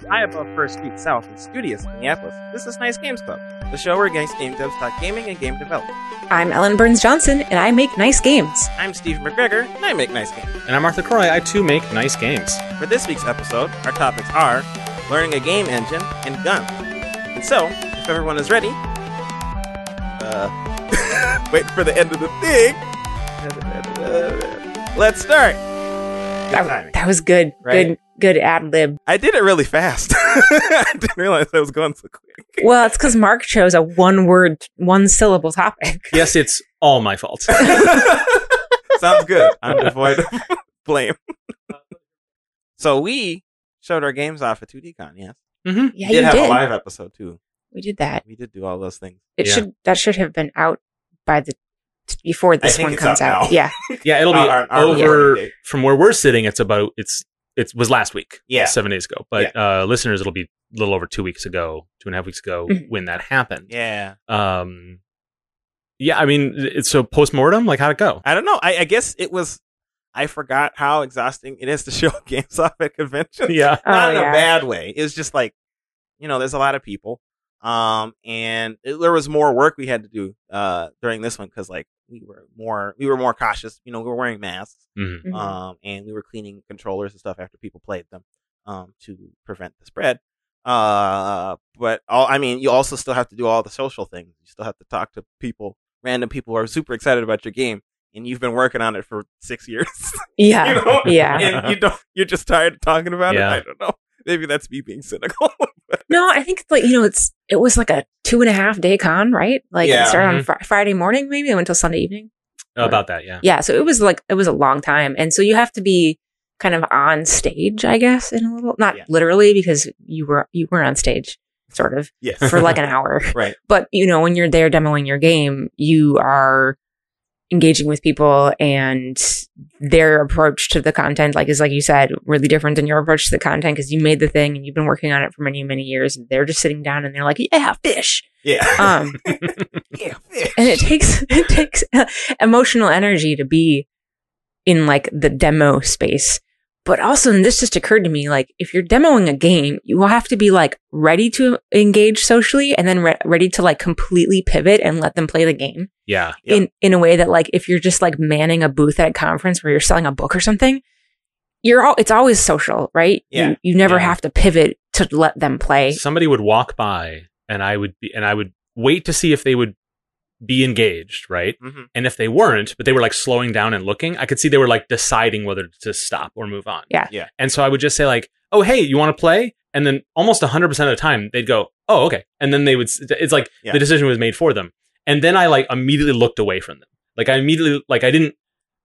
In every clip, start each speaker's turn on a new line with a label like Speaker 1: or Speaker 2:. Speaker 1: is Iabove First Street South in Studios, Minneapolis. This is Nice Games Club, the show where nice game devs talk gaming and game development.
Speaker 2: I'm Ellen Burns Johnson, and I make nice games.
Speaker 1: I'm Steve McGregor, and I make nice games.
Speaker 3: And I'm Arthur Croy. I too make nice games.
Speaker 1: For this week's episode, our topics are learning a game engine and guns. And so, if everyone is ready, uh, wait for the end of the thing. Let's start. Good
Speaker 2: That,
Speaker 1: timing.
Speaker 2: that was good.
Speaker 1: Right.
Speaker 2: Good good ad lib.
Speaker 1: I did it really fast. I didn't realize I was going so quick.
Speaker 2: Well, it's because Mark chose a one word, one syllable topic.
Speaker 3: Yes, it's all my fault.
Speaker 1: Sounds good. I'm devoid of blame. so we showed our games off at 2DCon, yes.
Speaker 3: hmm
Speaker 1: we
Speaker 2: Yeah,
Speaker 1: did
Speaker 2: you
Speaker 1: have
Speaker 2: did.
Speaker 1: a live episode too.
Speaker 2: We did that.
Speaker 1: We did do all those things.
Speaker 2: It
Speaker 3: Yeah.
Speaker 2: should that should have been out by the before this
Speaker 1: think
Speaker 2: one
Speaker 1: it's
Speaker 2: comes
Speaker 1: out
Speaker 2: out.
Speaker 1: now.
Speaker 2: Yeah.
Speaker 3: Yeah, it'll be
Speaker 1: Our- our
Speaker 3: over
Speaker 1: recording date.
Speaker 3: from where we're sitting. It's about it's it was last week.
Speaker 1: Yeah.
Speaker 3: seven days ago. But uh, listeners, it'll be a little over two weeks ago, two and a half weeks ago
Speaker 2: Mhm.
Speaker 3: when that happened.
Speaker 1: Mm-hmm. Yeah.
Speaker 3: Um, yeah, I mean, it's so post mortem. Like, how'd it go?
Speaker 1: I don't know. I, I guess it was. I forgot how exhausting it is to show games off at conventions.
Speaker 3: Yeah,
Speaker 2: Oh,
Speaker 1: Not in
Speaker 2: yeah.
Speaker 1: a bad way. It was just like, you know, there's a lot of people. Um, and it- there was more work we had to do uh during this one because like we were more we were more cautious. You know, we were wearing masks.
Speaker 3: Mhm.
Speaker 2: Mhm.
Speaker 1: um, and we were cleaning controllers and stuff after people played them um, to prevent the spread. Uh, but all, I mean, you also still have to do all the social things. You still have to talk to people, random people who are super excited about your game, and you've been working on it for six years.
Speaker 2: yeah.
Speaker 1: you know?
Speaker 2: Yeah.
Speaker 1: Oh, and you don't. You're just tired of talking about
Speaker 3: Yeah.
Speaker 1: it. I don't know. Maybe that's me being cynical.
Speaker 2: No, I think it's like you know, it's it was like a two and a half day con, right? Like
Speaker 1: Yeah. Mm-hmm.
Speaker 2: it started on fr- Friday morning, maybe and went till Sunday evening.
Speaker 3: about that. Yeah,
Speaker 2: Yeah, so it was like it was a long time, and so you have to be kind of on stage, I guess, in a little not
Speaker 1: Yeah.
Speaker 2: literally because you were you were on stage sort of
Speaker 1: yes.
Speaker 2: for like an hour,
Speaker 1: right.
Speaker 2: but you know when you're there demoing your game, you are engaging with people and their approach to the content like is like you said really different than your approach to the content because you made the thing and you've been working on it for many many years and they're just sitting down and they're like yeah fish
Speaker 1: Yeah.
Speaker 2: um
Speaker 1: yeah.
Speaker 2: and it takes it takes uh, emotional energy to be in like the demo space but also and this just occurred to me like if you're demoing a game you will have to be like ready to engage socially and then re- ready to like completely pivot and let them play the game
Speaker 3: yeah.
Speaker 1: Yep.
Speaker 2: in in a way that like if you're just like manning a booth at a conference where you're selling a book or something you're all it's always social right
Speaker 1: Yeah.
Speaker 2: you, you never
Speaker 3: Yeah.
Speaker 2: have to pivot to let them play
Speaker 3: somebody would walk by and I would be and I would wait to see if they would be engaged, right?
Speaker 1: Mhm.
Speaker 3: And if they weren't, but they were like slowing down and looking, I could see they were like deciding whether to stop or move on.
Speaker 2: Yeah.
Speaker 1: Yeah.
Speaker 3: And so I would just say like, "Oh, hey, you want to play?" And then almost 100% of the time, they'd go, "Oh, okay." And then they would s- it's like
Speaker 1: Yeah.
Speaker 3: the decision was made for them. And then I like immediately looked away from them. Like I immediately like I didn't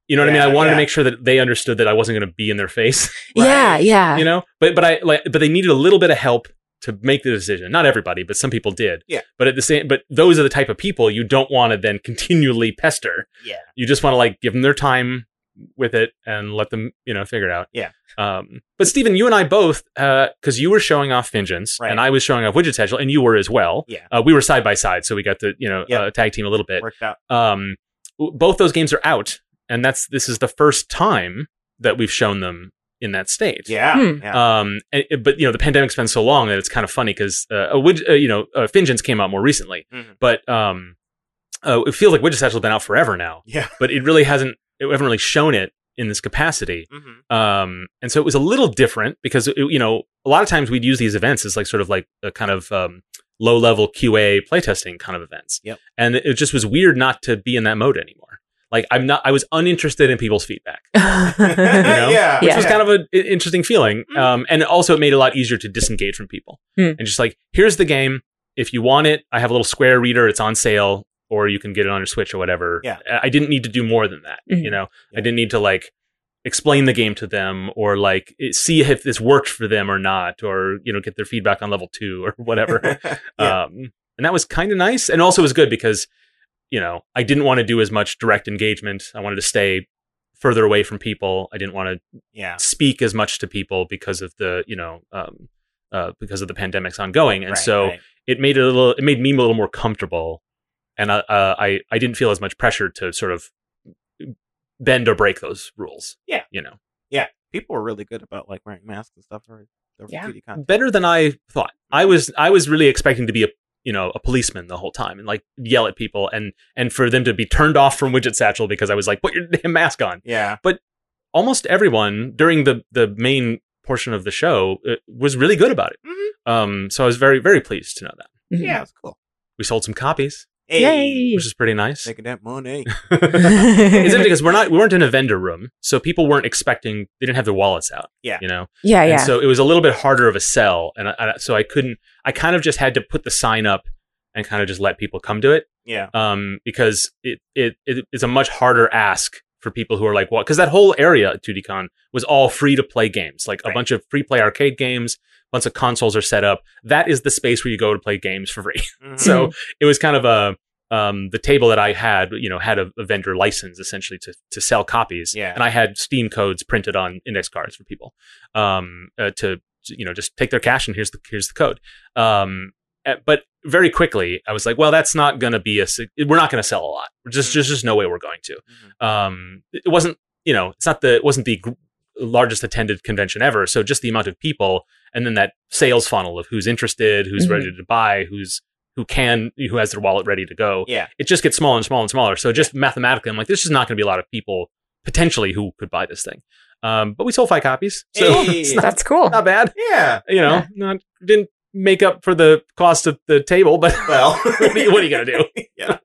Speaker 3: you know what I mean?
Speaker 1: Yeah,
Speaker 3: I wanted
Speaker 1: yeah.
Speaker 3: to make sure that they understood that I wasn't going to be in their face
Speaker 2: yeah yeah
Speaker 3: you know but but i like but they needed a little bit of help to make the decision not everybody but some people did
Speaker 1: Yeah.
Speaker 3: but at the same but those are the type of people you don't want to then continually pester
Speaker 1: Yeah.
Speaker 3: you just want to like give them their time with it and let them you know figure it out
Speaker 1: Yeah.
Speaker 3: um but stephen you and i both uh because you were showing off vengeance
Speaker 1: Right.
Speaker 3: and i was showing off widget satchel and you were as well
Speaker 1: Yeah.
Speaker 3: uh, we were side by side so we got to you know
Speaker 1: Yeah.
Speaker 3: uh, tag team a little bit
Speaker 1: Worked out.
Speaker 3: um w- both those games are out and that's this is the first time that we've shown them in that state
Speaker 1: Yeah.
Speaker 2: Hmm.
Speaker 1: yeah.
Speaker 3: um, and- it- but you know the pandemic's been so long that it's kind of funny because uh, a widget, uh, you know, uh, Fingens came out more recently,
Speaker 1: Mhm.
Speaker 3: but um, uh, it feels like Widget Satchel's been out forever now.
Speaker 1: Yeah.
Speaker 3: but it really hasn't. It haven't really shown it in this capacity.
Speaker 1: Mhm.
Speaker 3: Um, and so it was a little different because it, you know a lot of times we'd use these events as like sort of like a kind of um, low level QA playtesting kind of events.
Speaker 1: Yep.
Speaker 3: and it just was weird not to be in that mode anymore. Like I'm not. I was uninterested in people's feedback
Speaker 2: Mm-hmm.
Speaker 3: know?
Speaker 1: yeah.
Speaker 3: which
Speaker 2: Yeah.
Speaker 3: was kind of an interesting feeling.
Speaker 1: Mm. Hmm.
Speaker 3: Um, and also, it made it a lot easier to disengage from people
Speaker 2: Mm.
Speaker 3: and just like, here's the game. If you want it, I have a little square reader. It's on sale, or you can get it on your Switch or whatever.
Speaker 1: Yeah.
Speaker 3: I- I didn't need to do more than that.
Speaker 1: Mm-hmm.
Speaker 2: Mhm.
Speaker 3: You know,
Speaker 1: Yeah.
Speaker 3: I didn't need to like explain the game to them or like it- see if this worked for them or not, or you know, get their feedback on level two or whatever.
Speaker 2: Uh,
Speaker 1: Yeah.
Speaker 3: Um, and that was kind of nice. And also it was good because, you know, I didn't want to do as much direct engagement. I wanted to stay further away from people. I didn't want
Speaker 1: yeah.
Speaker 3: to speak as much to people because of the, you know, um, uh, because of the pandemic's ongoing. And
Speaker 1: Right,
Speaker 3: so
Speaker 1: right.
Speaker 3: it made it a little, it made me a little more comfortable. And I, uh, I, I didn't feel as much pressure to sort of bend or break those rules.
Speaker 1: Yeah.
Speaker 3: You know?
Speaker 1: people were really good about like wearing masks and stuff for the
Speaker 2: Yeah.
Speaker 1: yeah. content.
Speaker 3: better than I thought. I was I was really expecting to be a you know a policeman the whole time and like yell at people and and for them to be turned off from Widget Satchel because I was like put your damn mask on.
Speaker 1: Yeah,
Speaker 3: Almost everyone during the the main portion of the show uh, was really good about it. Um, so I was very very pleased to know that
Speaker 2: Mhm.
Speaker 1: yeah, it's cool.
Speaker 3: we sold some copies,
Speaker 1: Hey,
Speaker 2: Yay.
Speaker 3: which is pretty nice.
Speaker 1: making that money.
Speaker 3: it's interesting because we're not we weren't in a vendor room, so people weren't expecting they didn't have their wallets out.
Speaker 1: Yeah.
Speaker 3: you know.
Speaker 2: yeah, Oh, yeah.
Speaker 3: And so it was a little bit harder of a sell, and I, I, so I couldn't. I kind of just had to put the sign up and kind of just let people come to it,
Speaker 1: Yeah,
Speaker 3: um, because it it it is a much harder ask for people who are like, what? Because that whole area at 2DCon was all free to play games, like a
Speaker 1: Right.
Speaker 3: bunch of free play arcade games. Bunch of consoles are set up. That is the space where you go to play games for free.
Speaker 1: Mhm.
Speaker 3: So it was kind of a um, the table that I had, you know, had a, a vendor license essentially to to sell copies,
Speaker 1: Yeah.
Speaker 3: and I had Steam codes printed on index cards for people um, uh, to you know just take their cash and here's the here's the code. Um, eh, but very quickly, I was like, well, that's not going to be a sig- we're not going to sell a lot. We're Just
Speaker 1: Mhm.
Speaker 3: there's just no way we're going to
Speaker 1: Mhm.
Speaker 3: um, it wasn't you know it's not the it wasn't the gr- largest attended convention ever so just the amount of people and then that sales funnel of who's interested who's
Speaker 2: Mhm.
Speaker 3: ready to buy who's who can who has their wallet ready to go
Speaker 1: yeah,
Speaker 3: it just gets smaller and smaller and smaller so just mathematically i'm like there's just not going to be a lot of people potentially who could buy this thing um, but we sold five copies so
Speaker 1: Hey.
Speaker 3: it's not,
Speaker 2: That's cool.
Speaker 3: not bad
Speaker 1: yeah.
Speaker 3: you know
Speaker 2: Yeah.
Speaker 3: not, didn't make up for the cost of the table but
Speaker 1: Well,
Speaker 3: what are you, what are you going to do
Speaker 1: yeah,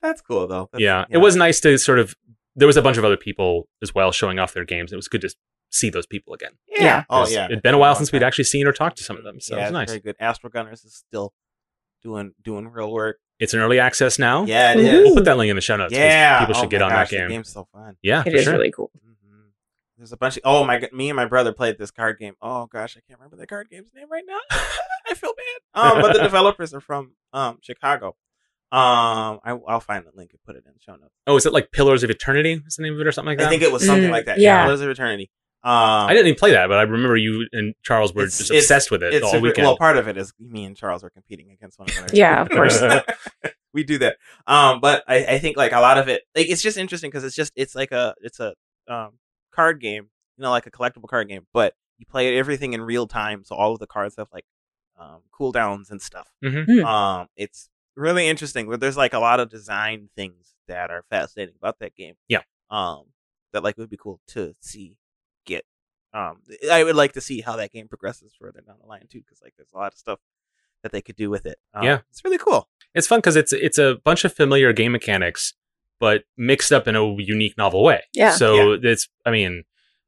Speaker 1: that's cool though. That's-
Speaker 3: yeah, it was nice to sort of. There was a bunch of other people as well showing off their games. It was good to see those people again.
Speaker 1: Yeah.
Speaker 2: Yeah.
Speaker 1: Oh
Speaker 3: 'Cause
Speaker 1: yeah.
Speaker 3: it'd been a while since we'd actually seen or talked to some of them, so
Speaker 1: yeah,
Speaker 3: it was
Speaker 1: it's
Speaker 3: nice.
Speaker 1: Very good. Astro Gunners is still doing doing real work.
Speaker 3: It's an early access now.
Speaker 1: Yeah, it
Speaker 2: Woohoo.
Speaker 1: is.
Speaker 3: we'll put that link in the show notes. 'cause
Speaker 1: Yeah,
Speaker 3: people should
Speaker 1: Oh
Speaker 3: get
Speaker 1: my
Speaker 3: on
Speaker 1: gosh,
Speaker 3: that game.
Speaker 1: The game's so fun.
Speaker 3: Yeah,
Speaker 2: It
Speaker 3: for
Speaker 2: is
Speaker 3: sure.
Speaker 2: really cool.
Speaker 1: hmm There's a bunch of oh my god, me and my brother played this card game. Oh gosh, I can't remember the card game's name right now. I feel bad. Um, but the developers are from um Chicago. Um, I, I'll find the link and put it in the show notes.
Speaker 3: Oh, is it like Pillars of Eternity? Is the name of it or something like that?
Speaker 1: I think it was something
Speaker 2: Mm,
Speaker 1: like that.
Speaker 2: yeah.
Speaker 1: Pillars of Eternity. Um,
Speaker 3: I didn't even play that, but I remember you and Charles were
Speaker 1: It's-
Speaker 3: just
Speaker 1: it's-
Speaker 3: obsessed with it
Speaker 1: It's
Speaker 3: all
Speaker 1: a re-
Speaker 3: weekend.
Speaker 1: well, part of it is me and Charles are competing against one another.
Speaker 2: Yeah, of course.
Speaker 1: we do that. Um, but I, I think like a lot of it, like it's just interesting because it's just it's like a it's a um card game, you know, like a collectible card game, but you play everything in real time, so all of the cards have like um cooldowns and stuff.
Speaker 3: Mhm.
Speaker 2: Hmm.
Speaker 1: Um, it's really interesting. Where there's like a lot of design things that are fascinating about that game.
Speaker 3: Yeah.
Speaker 1: Um, that like would be cool to see get. Um, I would like to see how that game progresses further down the line too, because like there's a lot of stuff that they could do with it. Um,
Speaker 3: Yeah.
Speaker 1: it's really cool.
Speaker 3: It's fun because it's it's a bunch of familiar game mechanics, but mixed up in a unique, novel way.
Speaker 2: Yeah.
Speaker 3: So it's I mean,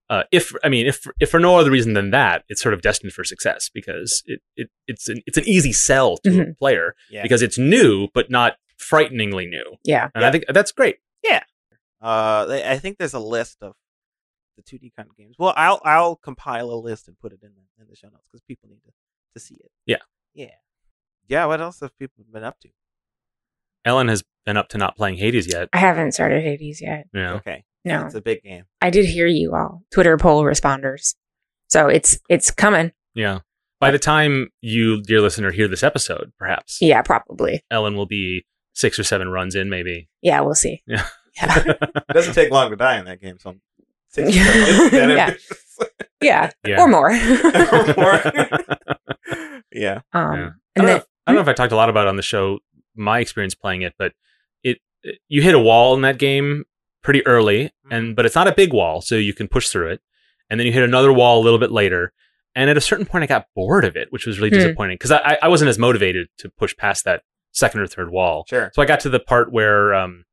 Speaker 3: uh, if I mean if if for no other reason than that, it's sort of destined for success because it, it it's an it's an easy sell to
Speaker 2: Mm-hmm.
Speaker 3: a player
Speaker 1: Yeah.
Speaker 3: because it's new but not frighteningly new,
Speaker 2: Yeah.
Speaker 3: and
Speaker 1: Yeah.
Speaker 3: I think that's great.
Speaker 1: uh, they- I think there's a list of the 2D kind of games. Well, I'll I'll compile a list and put it in the in the show notes because people need to to see it.
Speaker 3: Yeah.
Speaker 1: Yeah. Yeah. What else have people been up to?
Speaker 3: Ellen has been up to not playing Hades yet.
Speaker 2: I haven't started Hades yet.
Speaker 3: You know?
Speaker 1: Okay.
Speaker 2: No.
Speaker 1: It's a big game.
Speaker 2: I did hear you all, Twitter poll responders. So it's it's coming.
Speaker 3: Yeah. By the time you, dear listener, hear this episode, perhaps
Speaker 2: Yeah, probably.
Speaker 3: Ellen will be six or seven runs in, maybe.
Speaker 2: Yeah, we'll see.
Speaker 3: Yeah.
Speaker 2: Yeah.
Speaker 1: It doesn't take long to die in that game, so I'm
Speaker 2: Yeah. Yeah.
Speaker 3: Yeah.
Speaker 2: Or more.
Speaker 1: More. yeah.
Speaker 2: um and
Speaker 3: Yeah. I don't, know
Speaker 2: then
Speaker 3: if, I don't know if I talked a lot about it on the show my experience playing it, but it, it- you hit a wall in that game pretty early,
Speaker 2: Mm-hmm.
Speaker 3: and but it's not a big wall, so you can push through it, and then you hit another wall a little bit later. And at a certain point, I got bored of it, which was really
Speaker 2: Hmm.
Speaker 3: disappointing because I, I- I wasn't as motivated to push past that second or third wall.
Speaker 1: Sure.
Speaker 3: So I got to the part where um,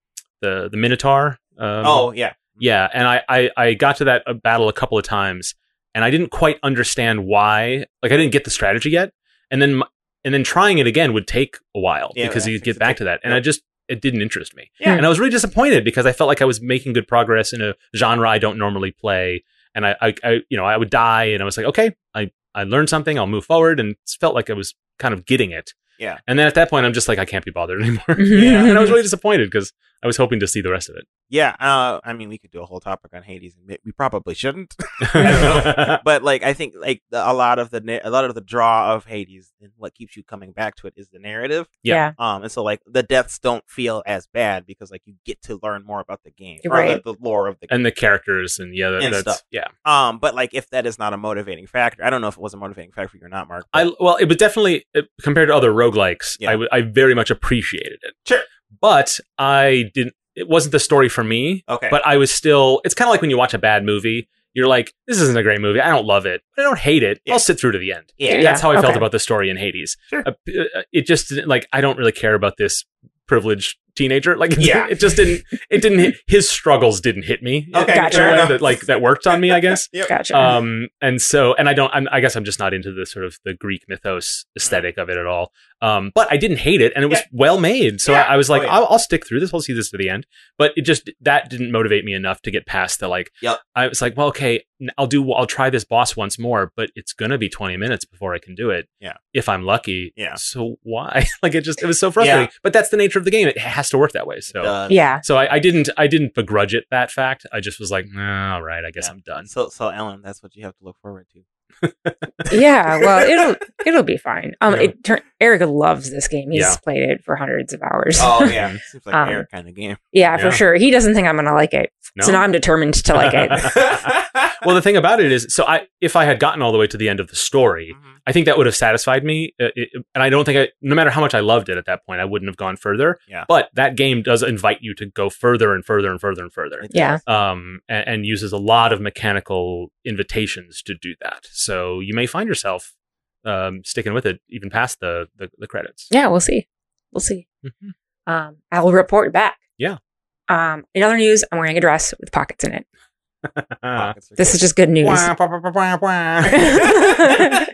Speaker 3: the the Minotaur. Um,
Speaker 1: oh yeah.
Speaker 3: yeah, and I, I I got to that uh, battle a couple of times, and I didn't quite understand why. Like I didn't get the strategy yet, and then my, and then trying it again would take a while
Speaker 1: Yeah,
Speaker 3: because
Speaker 1: that
Speaker 3: you
Speaker 1: takes
Speaker 3: get
Speaker 1: a
Speaker 3: back
Speaker 1: bit.
Speaker 3: to that, and
Speaker 1: Yep.
Speaker 3: I just it didn't interest me.
Speaker 1: Yeah.
Speaker 3: and I was really disappointed because I felt like I was making good progress in a genre I don't normally play, and I I, I you know I would die, and I was like, okay, I I learned something, I'll move forward, and it felt like I was kind of getting it.
Speaker 1: Yeah.
Speaker 3: and then at that point, I'm just like, I can't be bothered anymore.
Speaker 2: Mhm.
Speaker 1: Yeah.
Speaker 3: and I was really disappointed because I was hoping to see the rest of it.
Speaker 1: Yeah, uh, I mean, we could do a whole topic on Hades, and we probably shouldn't.
Speaker 3: yeah,
Speaker 1: but like, I think like the, a lot of the na- a lot of the draw of Hades and what keeps you coming back to it is the narrative.
Speaker 2: Yeah.
Speaker 1: Um, and so like the deaths don't feel as bad because like you get to learn more about the game or
Speaker 2: Right.
Speaker 1: the, the lore of the game.
Speaker 3: and the characters and yeah, that,
Speaker 1: And
Speaker 3: that's
Speaker 1: stuff.
Speaker 3: yeah.
Speaker 1: um, but like if that is not a motivating factor, I don't know if it was a motivating factor for you or not, Mark.
Speaker 3: I
Speaker 1: but-
Speaker 3: well, it was definitely uh, compared to other roguelikes,
Speaker 1: Yeah.
Speaker 3: I w- I very much appreciated it.
Speaker 1: Sure.
Speaker 3: but I didn't. It wasn't the story for me.
Speaker 1: okay,
Speaker 3: But I was still. It's kind of like when you watch a bad movie. You're like, this isn't a great movie. I don't love it, but I don't hate it.
Speaker 1: Yeah.
Speaker 3: I'll sit through to the end.
Speaker 1: yeah,
Speaker 2: Yeah.
Speaker 3: That's how I felt
Speaker 2: okay.
Speaker 3: about the story in Hades.
Speaker 1: Sure.
Speaker 3: Uh, p- uh, it just didn't like. I don't really care about this privileged teenager. Like, it,
Speaker 1: Yeah.
Speaker 3: it just didn't. It didn't. Hit, his struggles didn't hit me. in-
Speaker 1: Okay,
Speaker 3: in a
Speaker 2: Gotcha.
Speaker 3: way
Speaker 1: enough.
Speaker 3: that, like that worked on me. I guess
Speaker 1: Yep.
Speaker 2: Gotcha.
Speaker 3: um and so and i don't I'm, i guess i'm just not into the sort of the greek mythos aesthetic of it at all um but i didn't hate it and it was
Speaker 1: Yeah.
Speaker 3: well made so
Speaker 1: Yeah.
Speaker 3: I, I was like
Speaker 1: Oh, yeah.
Speaker 3: I'll, I'll stick through this i'll see this to the end but it just that didn't motivate me enough to get past the like
Speaker 1: Yep.
Speaker 3: i was like well okay n- i'll do i'll try this boss once more but it's gonna be 20 minutes before i can do it
Speaker 1: Yeah.
Speaker 3: if i'm lucky
Speaker 1: Yeah.
Speaker 3: so why like it just it was so frustrating but that's the nature of the game it has to work that way so
Speaker 1: Duh.
Speaker 2: yeah.
Speaker 3: so I, I didn't i didn't begrudge it that fact i just was like nah, all right i guess
Speaker 1: Yeah.
Speaker 3: i'm done
Speaker 1: So, so Ellen, that's what you have to look forward to.
Speaker 2: yeah, well, it'll it'll be fine. Um,
Speaker 3: Yeah.
Speaker 2: it tur- Eric loves this game. He's
Speaker 3: Yeah. Oh,
Speaker 2: played it for hundreds of hours.
Speaker 1: yeah, seems like
Speaker 2: Um,
Speaker 1: an Eric kind of game.
Speaker 2: yeah, for
Speaker 3: Yeah.
Speaker 2: sure. He doesn't think I'm gonna like it, so
Speaker 3: No?
Speaker 2: now I'm determined to like it.
Speaker 3: well, the thing about it is, so I if I had gotten all the way to the end of the story,
Speaker 1: Mhm.
Speaker 3: I think that would have satisfied me. Uh, it- and I don't think I, no matter how much I loved it at that point, I wouldn't have gone further.
Speaker 1: Yeah.
Speaker 3: But that game does invite you to go further and further and further and further.
Speaker 1: It
Speaker 2: Yeah.
Speaker 1: does.
Speaker 3: Um, and, and uses a lot of mechanical invitations to do that. So you may find yourself um, sticking with it even past the the, the credits.
Speaker 2: yeah, we'll see. We'll see.
Speaker 3: Mhm.
Speaker 2: Um, I'll report back.
Speaker 3: Yeah.
Speaker 2: Um, in other news, I'm wearing a dress with pockets in it.
Speaker 3: Uh,
Speaker 1: Pockets are
Speaker 2: This
Speaker 1: good.
Speaker 2: is just good news.
Speaker 3: Wah, wah, wah, wah, wah.
Speaker 2: it's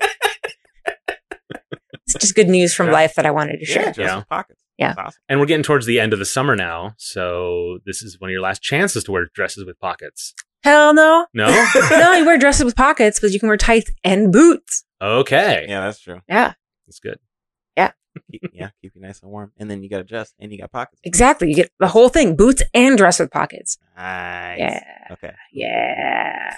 Speaker 2: just good news from
Speaker 1: Yeah.
Speaker 2: life that I wanted to
Speaker 1: yeah,
Speaker 2: share.
Speaker 1: just
Speaker 3: Yeah.
Speaker 1: pockets.
Speaker 2: Yeah.
Speaker 1: That's awesome.
Speaker 3: and we're getting towards the end of the summer now, so this is one of your last chances to wear dresses with pockets.
Speaker 2: Hell no.
Speaker 3: No.
Speaker 2: no, you wear dresses with pockets, but you can wear tights and boots.
Speaker 3: Okay.
Speaker 1: Yeah, that's true.
Speaker 3: That's good.
Speaker 1: Keep- yeah, keep you nice and warm, and then you got a dress, and you got pockets.
Speaker 2: Exactly. You get the whole thing boots and dress with pockets.
Speaker 1: Nice.
Speaker 2: Yeah.
Speaker 1: Okay.
Speaker 2: Yeah.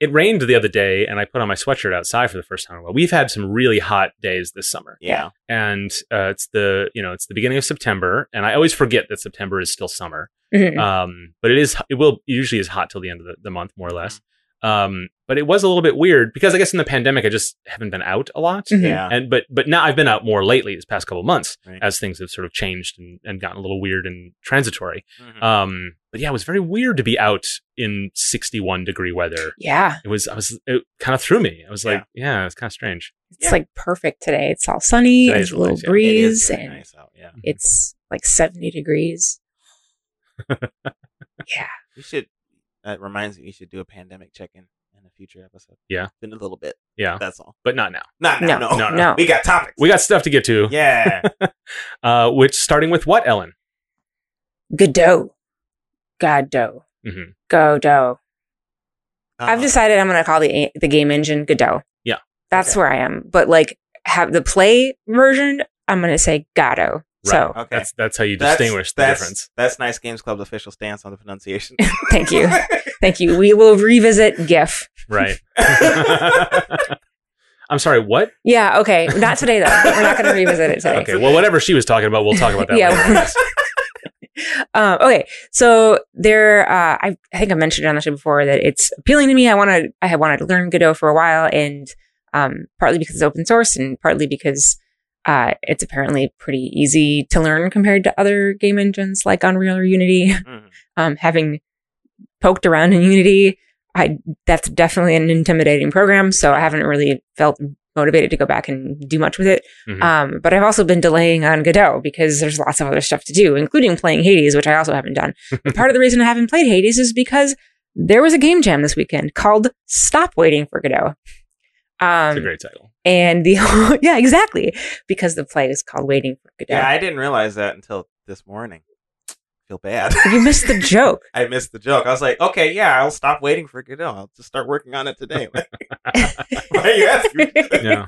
Speaker 3: it rained the other day and I put on my sweatshirt outside for the first time in a while. We've had some really hot days this summer.
Speaker 1: Yeah.
Speaker 3: And uh, it's the, you know, it's the beginning of September and I always forget that September is still summer.
Speaker 2: Mhm.
Speaker 3: Um, but it is it will it usually is hot till the end of the, the month more or less. Um, but it was a little bit weird because I guess in the pandemic I just haven't been out a lot.
Speaker 2: Mhm.
Speaker 1: Yeah.
Speaker 3: And but but now I've been out more lately this past couple months
Speaker 1: Mm-hmm. Right.
Speaker 3: as things have sort of changed and, and gotten a little weird and transitory.
Speaker 1: Mhm.
Speaker 3: Um, but yeah, it was very weird to be out in 61 degree weather.
Speaker 2: Yeah.
Speaker 3: It was, I was, it kind of threw me. I was
Speaker 1: Yeah.
Speaker 3: like, yeah, it's kind of strange.
Speaker 2: It's
Speaker 1: Yeah.
Speaker 2: like perfect today. It's all sunny.
Speaker 3: Today's
Speaker 2: It's a little
Speaker 3: nice, yeah. It
Speaker 1: It is
Speaker 2: breeze
Speaker 1: pretty
Speaker 2: and
Speaker 1: nice out. Yeah.
Speaker 2: it's like 70 degrees.
Speaker 1: We should. That reminds me, we should do a pandemic check-in in a future episode.
Speaker 3: Yeah.
Speaker 1: Been a little bit.
Speaker 3: Yeah.
Speaker 1: That's all.
Speaker 3: But not now.
Speaker 1: Not now.
Speaker 2: No,
Speaker 1: No.
Speaker 3: no,
Speaker 2: no.
Speaker 1: We got topics.
Speaker 3: We got stuff to get to.
Speaker 1: Yeah. Uh-huh.
Speaker 3: Uh, which starting with what, Ellen?
Speaker 2: Godot. Godot.
Speaker 3: Mhm.
Speaker 2: Godot. I've
Speaker 1: Uh,
Speaker 2: decided I'm going to call the the game engine Godot.
Speaker 3: Yeah.
Speaker 2: That's
Speaker 1: Okay.
Speaker 2: where I am. But like have the play version, I'm going to say Gato. So,
Speaker 1: Okay.
Speaker 3: That's, that's how you
Speaker 1: That's-
Speaker 3: distinguish the
Speaker 1: that's-
Speaker 3: difference.
Speaker 1: That's Nice Games Club's official stance on the pronunciation.
Speaker 2: thank you. Thank you. We will revisit GIF.
Speaker 3: Right.
Speaker 1: Mm-hmm.
Speaker 3: I'm sorry, what?
Speaker 2: Yeah, okay. Not today though. We're not going to revisit it today.
Speaker 3: Okay. Well, whatever she was talking about, we'll talk about that
Speaker 2: Yeah.
Speaker 3: later. I guess.
Speaker 2: Um, okay, so there. Uh, I, I think I mentioned it on the show before that it's appealing to me. I want to. I had wanted to learn Godot for a while, and um, partly because it's open source, and partly because uh, it's apparently pretty easy to learn compared to other game engines like Unreal or Unity.
Speaker 1: Mhm.
Speaker 2: Um, having poked around in Unity, I that's definitely an intimidating program, so I haven't really felt motivated to go back and do much with it.
Speaker 3: Mhm.
Speaker 2: Um, but I've also been delaying on Godot because there's lots of other stuff to do, including playing Hades, which I also haven't done. And part of the reason I haven't played Hades is because there was a game jam this weekend called "Stop Waiting for Godot." Um,
Speaker 3: It's a great title.
Speaker 2: and the yeah, exactly because the play is called "Waiting for Godot."
Speaker 1: Yeah, I didn't realize that until this morning. feel bad.
Speaker 2: You missed the joke.
Speaker 1: I missed the joke. I was like, okay, yeah, I'll stop waiting for Godot. I'll just start working on it today. Why are you asking me?
Speaker 3: Yeah.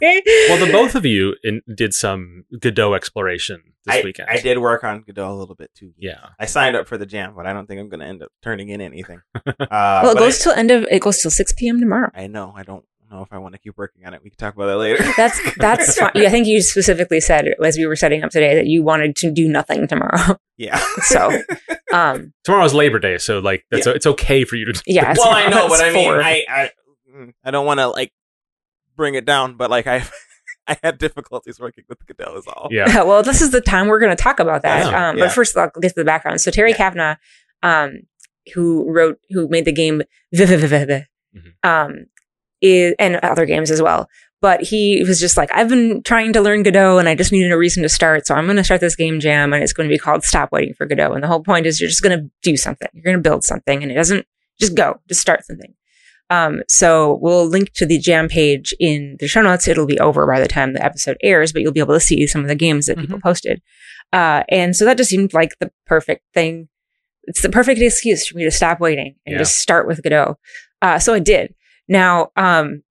Speaker 3: Well, the both of you in, did some Godot exploration this
Speaker 1: I,
Speaker 3: weekend.
Speaker 1: I did work on Godot a little bit too.
Speaker 3: Yeah.
Speaker 1: I signed up for the jam, but I don't think I'm going to end up turning in anything. Uh,
Speaker 2: Well, it
Speaker 1: but
Speaker 2: goes
Speaker 1: I,
Speaker 2: till end of it goes till six p.m. tomorrow.
Speaker 1: I know. I don't know if I want to keep working on it. We can talk about that later.
Speaker 2: That's that's fine. I think you specifically said as we were setting up today that you wanted to do nothing tomorrow.
Speaker 1: yeah.
Speaker 2: So, um,
Speaker 3: Tomorrow's Labor Day, so like that's it's okay for you to.
Speaker 2: yeah.
Speaker 1: well, I know,
Speaker 2: tomorrow
Speaker 1: but
Speaker 2: it's
Speaker 1: I mean,
Speaker 2: four.
Speaker 1: I, I, mm, I don't want to like bring it down, but like I, I had difficulties working with Godot is all.
Speaker 3: Yeah.
Speaker 2: well, this is the time we're going to talk about that.
Speaker 3: Yeah.
Speaker 2: Um,
Speaker 1: Yeah.
Speaker 2: But first, I'll get to the background. So Terry
Speaker 1: Yeah.
Speaker 2: Kavner, um, who wrote, who made the game,
Speaker 1: Mm-hmm.
Speaker 2: um, is, and other games as well. But he was just like, I've been trying to learn Godot, and I just needed a reason to start. So I'm going to start this game jam, and it's going to be called Stop Waiting for Godot. And the whole point is, you're just going to do something. You're going to build something, and it doesn't just go, just start something. Um, so we'll link to the jam page in the show notes. It'll be over by the time the episode airs, but you'll be able to see some of the games that
Speaker 1: Mm-hmm.
Speaker 2: people posted. Uh, and so that just seemed like the perfect thing. It's the perfect excuse for me to stop waiting and
Speaker 3: Yeah.
Speaker 2: just start with Godot. Uh, so I did. Now, um,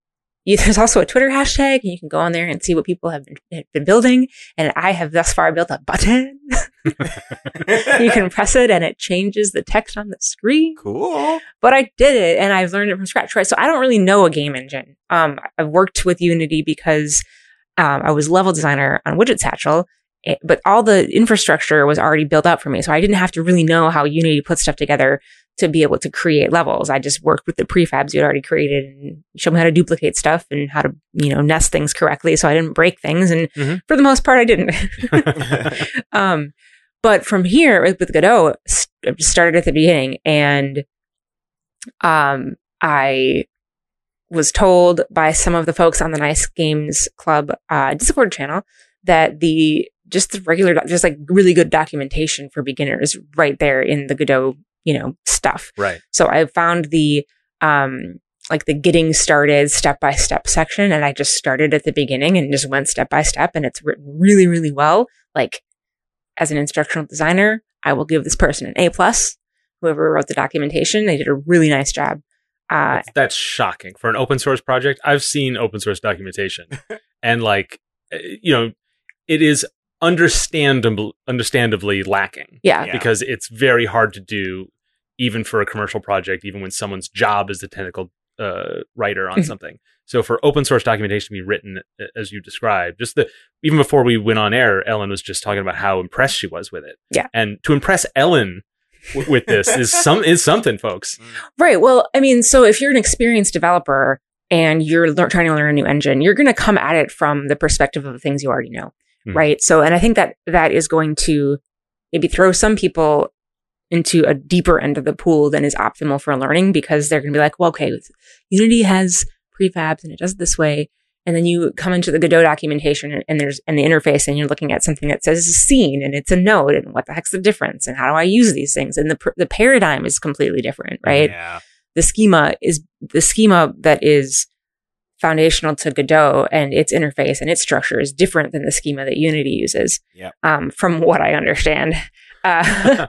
Speaker 2: you, there's also a Twitter hashtag, and you can go on there and see what people have been, have been building. And I have thus far built a button. you can press it, and it changes the text on the screen
Speaker 1: cool.
Speaker 2: but I did it and I've learned it from scratch, right? So I don't really know a game engine. Um, I've worked with Unity because um, I was level designer on Widgets Satchel, eh, but all the infrastructure was already built up for me. So I didn't have to really know how Unity put stuff together to be able to create levels. I just worked with the prefabs you'd already created and showed me how to duplicate stuff and how to, you know, nest things correctly so I didn't break things. And
Speaker 3: Mhm.
Speaker 2: for the most part, I didn't.
Speaker 1: Mm.
Speaker 2: Um, but from here with, with Godot, s- I just started at the beginning, and um, I was told by some of the folks on the Nice Games Club uh, Discord channel that the just the regular, doc- just like really good documentation for beginners, right there in the Godot, you know, stuff.
Speaker 3: Right.
Speaker 2: So I found the um like the getting started step by step section and I just started at the beginning and just went step by step and it's written really really well. Like as an instructional designer, I will give this person an A plus. Whoever wrote the documentation, they did a really nice job. Uh,
Speaker 3: That's- that's shocking for an open source project. I've seen open source documentation, and like, eh, you know, it is understandable, understandably lacking
Speaker 2: yeah,
Speaker 1: Yeah.
Speaker 3: because it's very hard to do, even for a commercial project, even when someone's job is the technical uh, writer on
Speaker 2: Mhm.
Speaker 3: something. So for open source documentation to be written eh, as you described, just the even before we went on air, Ellen was just talking about how impressed she was with it.
Speaker 2: Yeah.
Speaker 3: and to impress Ellen w- with this is some is something, folks.
Speaker 2: Right. Well, I mean, so if you're an experienced developer and you're lear- trying to learn a new engine, you're going to come at it from the perspective of the things you already know,
Speaker 3: Mhm.
Speaker 2: right? So, and I think that that is going to maybe throw some people into a deeper end of the pool than is optimal for learning because they're going to be like, well, okay, Unity has prefabs and it does it this way. And then you come into the Godot documentation and, and there's and the interface and you're looking at something that says scene and it's a node and what the heck's the difference and how do I use these things and the pr- the paradigm is completely different, right?
Speaker 1: Yeah.
Speaker 2: the schema is the schema that is foundational to Godot and its interface and its structure is different than the schema that Unity uses.
Speaker 1: Yep.
Speaker 2: Um, from what I understand, uh,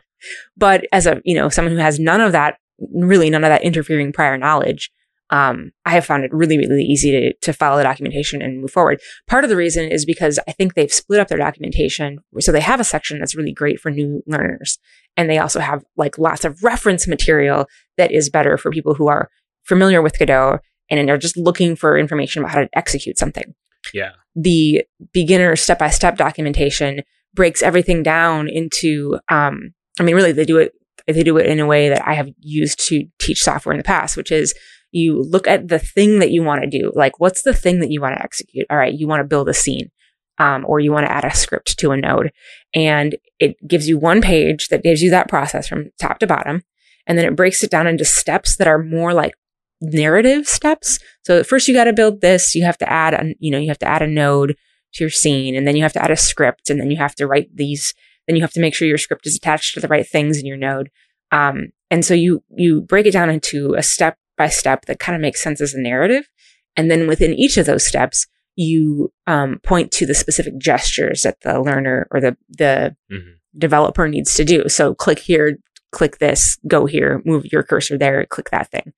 Speaker 2: but as a you know someone who has none of that, really none of that interfering prior knowledge, um, I have found it really really easy to to follow the documentation and move forward. Part of the reason is because I think they've split up their documentation, so they have a section that's really great for new learners, and they also have like lots of reference material that is better for people who are familiar with Godot and are just looking for information about how to execute something.
Speaker 3: Yeah.
Speaker 2: The beginner step by step documentation breaks everything down into, um, I mean, really, they do it. They do it in a way that I have used to teach software in the past, which is you look at the thing that you want to do. Like, what's the thing that you want to execute? All right, you want to build a scene, um, or you want to add a script to a node, and it gives you one page that gives you that process from top to bottom, and then it breaks it down into steps that are more like narrative steps. So first you got to build this, you have to add an, you know, you have to add a node to your scene and then you have to add a script and then you have to write these then you have to make sure your script is attached to the right things in your node. Um, and so you you break it down into a step by step that kind of makes sense as a narrative. And then within each of those steps, you um, point to the specific gestures that the learner or the the
Speaker 3: Mhm.
Speaker 2: developer needs to do. So click here, click this, go here, move your cursor there, click that thing.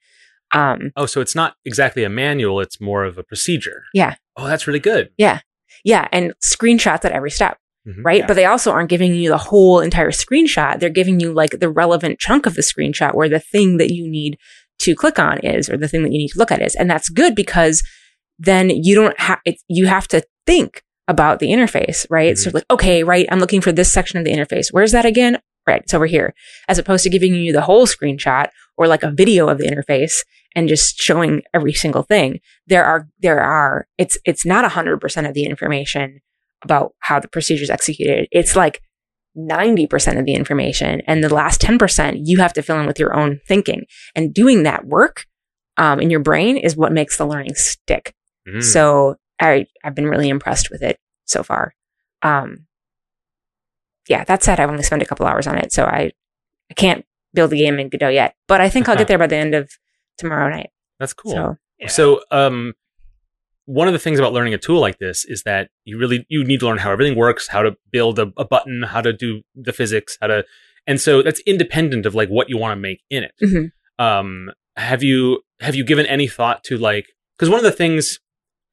Speaker 2: Um,
Speaker 3: Oh, so it's not exactly a manual, it's more of a procedure.
Speaker 2: Yeah.
Speaker 3: Oh, that's really good.
Speaker 2: yeah, and screenshots at every step,
Speaker 3: Mhm.
Speaker 2: right?
Speaker 1: Yeah.
Speaker 2: But they also aren't giving you the whole entire screenshot. They're giving you like the relevant chunk of the screenshot where the thing that you need to click on is or the thing that you need to look at is. And that's good because then you don't have, you have to think about the interface, right? So like, okay, right, I'm looking for this section of the interface. Where's that again? Right, it's over here. As opposed to giving you the whole screenshot or like a video of the interface and just showing every single thing. There are there are it's it's not 100% of the information about how the procedure is executed. It's like 90% of the information and the last 10% you have to fill in with your own thinking. And doing that work um, in your brain is what makes the learning stick.
Speaker 3: Mm.
Speaker 2: So I I've been really impressed with it so far. Um, yeah, that said, I've only spent a couple hours on it, so I I can't build a game in Godot yet. But I think I'll get there by the end of tomorrow night.
Speaker 3: that's cool.
Speaker 2: So
Speaker 1: Yeah.
Speaker 3: So, um, one of the things about learning a tool like this is that you really you need to learn how everything works, how to build a, a button, how to do the physics, how to, and so that's independent of like what you want to make in it.
Speaker 2: Mhm.
Speaker 3: Um, have you have you given any thought to like because one of the things,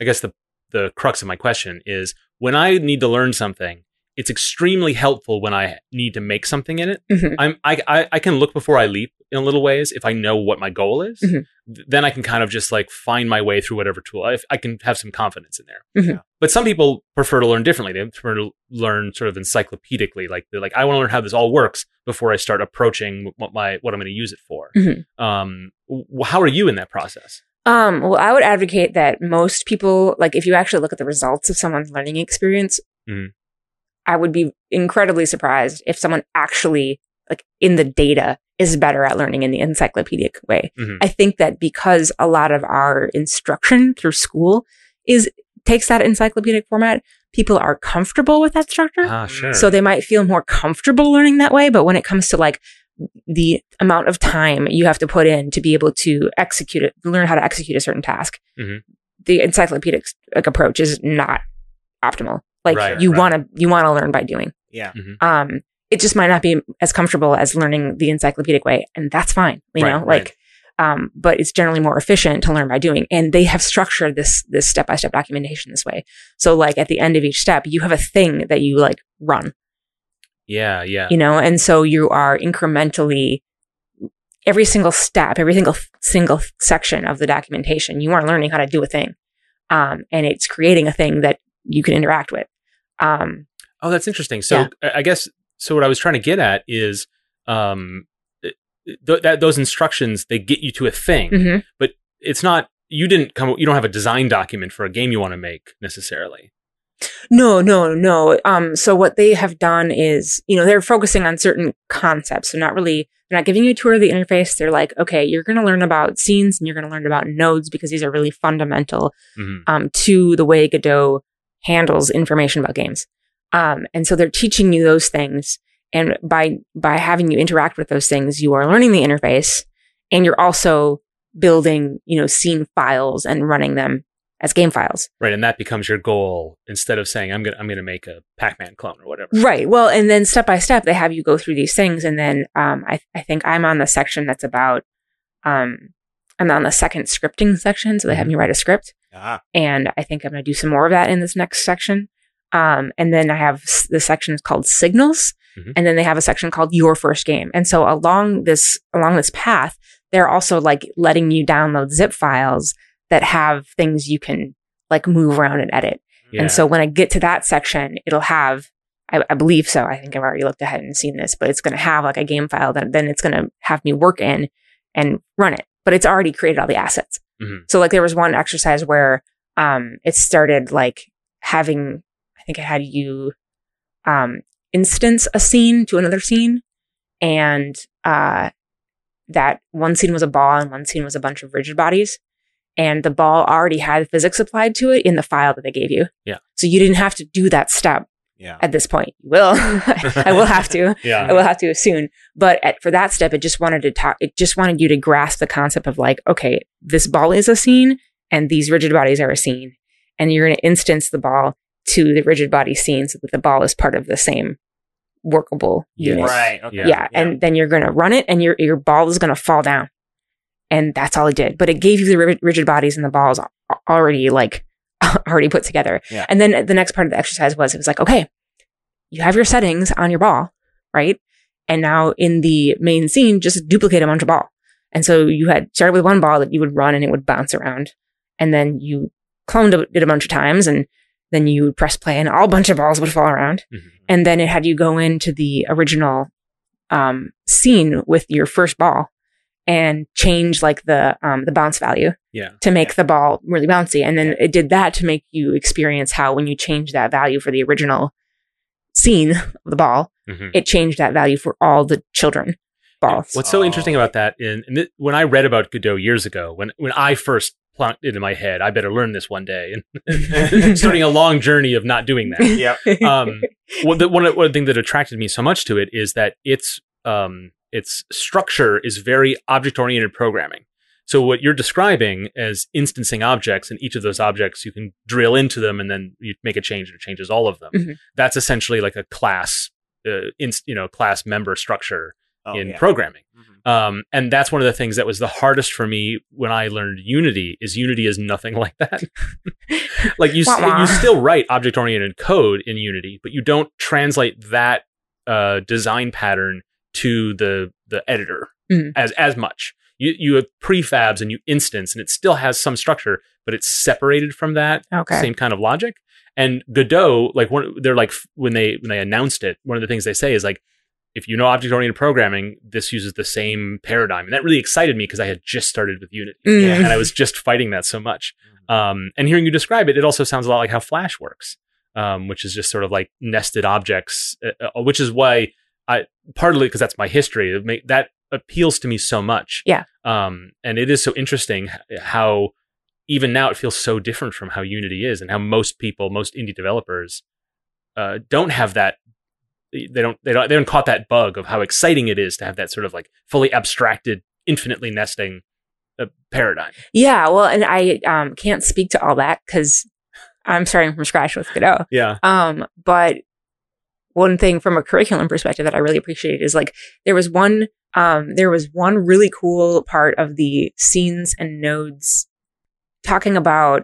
Speaker 3: I guess the the crux of my question is when I need to learn something, it's extremely helpful when I need to make something in it.
Speaker 2: Mhm.
Speaker 3: I'm I, I I can look before I leap in little ways if I know what my goal is.
Speaker 2: Mhm.
Speaker 3: Th- Then I can kind of just like find my way through whatever tool. I, I can have some confidence in there.
Speaker 2: Mhm.
Speaker 1: Yeah.
Speaker 3: But some people prefer to learn differently. They prefer to learn sort of encyclopedically. Like they're like, I want to learn how this all works before I start approaching what my what I'm going to use it for.
Speaker 2: Mhm.
Speaker 3: Um, wh- how are you in that process?
Speaker 2: Um, well, I would advocate that most people, like, if you actually look at the results of someone's learning experience,
Speaker 3: Mhm.
Speaker 2: I would be incredibly surprised if someone actually, like, in the data is better at learning in the encyclopedic way.
Speaker 3: Mhm.
Speaker 2: I think that because a lot of our instruction through school is takes that encyclopedic format, people are comfortable with that structure.
Speaker 3: Ah, sure.
Speaker 2: So they might feel more comfortable learning that way. But when it comes to like the amount of time you have to put in to be able to execute it, learn how to execute a certain task,
Speaker 3: Mhm.
Speaker 2: the encyclopedic like, approach is not optimal. Like
Speaker 3: Right,
Speaker 2: you
Speaker 3: right. Mm-hmm.
Speaker 2: want to, you want to learn by doing.
Speaker 1: Yeah.
Speaker 2: Um, it just might not be as comfortable as learning the encyclopedic way, and that's fine. You
Speaker 3: Right,
Speaker 2: know,
Speaker 3: right.
Speaker 2: like. Um, but it's generally more efficient to learn by doing, and they have structured this this step by step documentation this way. So, like at the end of each step, you have a thing that you like run,
Speaker 3: yeah, yeah.
Speaker 2: you know and so you are incrementally every single step every single single section of the documentation you are learning how to do a thing um, and it's creating a thing that you can interact with um,
Speaker 3: Oh, that's interesting. So I I guess so. What I was trying to get at is um, th- th- that those instructions they get you to a thing.
Speaker 2: mhm.
Speaker 3: It's not you didn't come. You don't have a design document for a game you want to make necessarily.
Speaker 2: no no no um, so what they have done is you know they're focusing on certain concepts so not really they're not giving you a tour of the interface they're like okay you're going to learn about scenes and you're going to learn about nodes because these are really fundamental
Speaker 3: Mhm.
Speaker 2: um, to the way Godot handles information about games. Um, and so they're teaching you those things, and by by having you interact with those things, you are learning the interface, and you're also building you know scene files and running them as game files.
Speaker 3: Right, and that becomes your goal instead of saying I'm gonna I'm gonna make a Pac-Man clone or whatever.
Speaker 2: Right. Well, and then step by step, they have you go through these things, and then um, I I think I'm on the section that's about um, I'm on the second scripting section, so they have me write a script.
Speaker 1: Ah,
Speaker 2: and I think I'm going to do some more of that in this next section. Um, and then I have s- the section is called signals,
Speaker 3: Mhm.
Speaker 2: and then they have a section called your first game. And so along this along this path, they're also like letting you download zip files that have things you can like move around and edit.
Speaker 3: Yeah.
Speaker 2: And so when I get to that section, it'll have, I, I believe so. I think I've already looked ahead and seen this, but it's going to have like a game file that then it's going to have me work in and run it. But it's already created all the assets.
Speaker 3: Mhm.
Speaker 2: So like there was one exercise where um, it started like having, I think I had you um, instance a scene to another scene, and uh, that one scene was a ball and one scene was a bunch of rigid bodies. And the ball already had physics applied to it in the file that they gave you. So you didn't have to do that step
Speaker 1: yeah.
Speaker 2: at this point. You will. I will have to. I
Speaker 3: yeah,
Speaker 2: will have to soon. But at, for that step, it just wanted to talk. It just wanted you to grasp the concept of like, okay, this ball is a scene, and these rigid bodies are a scene, and you're going to instance the ball to the rigid body scene so that the ball is part of the same workable
Speaker 3: Yes.
Speaker 2: units.
Speaker 4: Right. Okay.
Speaker 3: Yeah.
Speaker 2: Yeah. And then you're going to run it and your, your ball is going to fall down. And that's all it did. But it gave you the ri- rigid bodies and the balls al- already like already put together.
Speaker 1: Yeah.
Speaker 2: And then the next part of the exercise was it was like, okay, you have your settings on your ball, right? And now in the main scene, just duplicate them onto ball. And so you had started with one ball that you would run and it would bounce around. And then you cloned it a bunch of times and then you would press play and all bunch of balls would fall around
Speaker 3: mm-hmm,
Speaker 2: and then it had you go into the original um, scene with your first ball and change like the um, the bounce value
Speaker 3: Yeah.
Speaker 2: to make the ball really bouncy and then it did that to make you experience how when you change that value for the original scene of the ball
Speaker 3: Mhm.
Speaker 2: it changed that value for all the children balls
Speaker 3: What's so
Speaker 4: Oh.
Speaker 3: interesting about that, in, and thi- when I read about Godot years ago, when when I first plunked it in my head, I better learn this one day, and starting a long journey of not doing that.
Speaker 4: Yep.
Speaker 3: Um, well, the, one one thing that attracted me so much to it is that its um, its structure is very object oriented programming. So what you're describing as instancing objects, and each of those objects you can drill into them, and then you make a change, and it changes all of them.
Speaker 1: Mm-hmm.
Speaker 2: Mhm.
Speaker 3: That's essentially like a class, uh, inst- you know, class member structure
Speaker 1: Oh,
Speaker 3: in
Speaker 1: yeah.
Speaker 3: programming.
Speaker 1: Mhm.
Speaker 3: Um, and that's one of the things that was the hardest for me when I learned Unity. Is Unity is nothing like that. like you,
Speaker 2: Wah, wah.
Speaker 3: you still write object oriented code in Unity, but you don't translate that uh, design pattern to the the editor
Speaker 2: Mhm.
Speaker 3: as as much. You you have prefabs and you instance, and it still has some structure, but it's separated from that
Speaker 2: okay
Speaker 3: same kind of logic. And Godot, like one, they're like f- when they when they announced it, one of the things they say is like, if you know object oriented programming, this uses the same paradigm, and that really excited me because I had just started with Unity
Speaker 2: Mm.
Speaker 1: Yeah.
Speaker 3: and I was just fighting that so much. Um, and hearing you describe it, it also sounds a lot like how Flash works, um, which is just sort of like nested objects, uh, uh, which is why I partly because that's my history it ma- that appeals to me so much.
Speaker 2: Yeah.
Speaker 3: Um, and it is so interesting h- how even now it feels so different from how Unity is and how most people, most indie developers, uh, don't have that. They don't. They don't. They haven't caught that bug of how exciting it is to have that sort of like fully abstracted, infinitely nesting uh, paradigm.
Speaker 2: yeah well and i um, can't speak to all that because i'm starting from scratch with godot
Speaker 3: Yeah.
Speaker 2: Um, but one thing from a curriculum perspective that I really appreciated is like there was one um there was one really cool part of the scenes and nodes talking about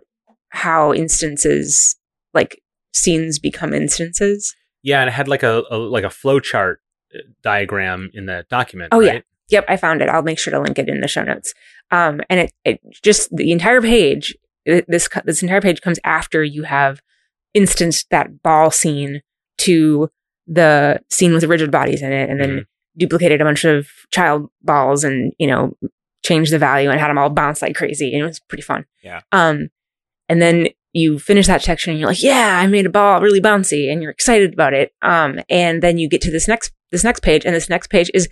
Speaker 2: how instances like scenes become instances.
Speaker 3: Yeah, and it had like a, a like a flow chart uh, diagram in that document.
Speaker 2: Oh, yeah.
Speaker 3: right?
Speaker 2: Yep, I found it. I'll make sure to link it in the show notes. Um, and it, it just the entire page. th- This co- this entire page comes after you have instanced that ball scene to the scene with rigid bodies in it, and then
Speaker 3: Mhm.
Speaker 2: duplicated a bunch of child balls, and you know changed the value and had them all bounce like crazy, and it was pretty fun.
Speaker 1: Yeah.
Speaker 2: Um, and then you finish that section, and you're like, "Yeah, I made a ball really bouncy," and you're excited about it. Um, and then you get to this next this next page, and this next page is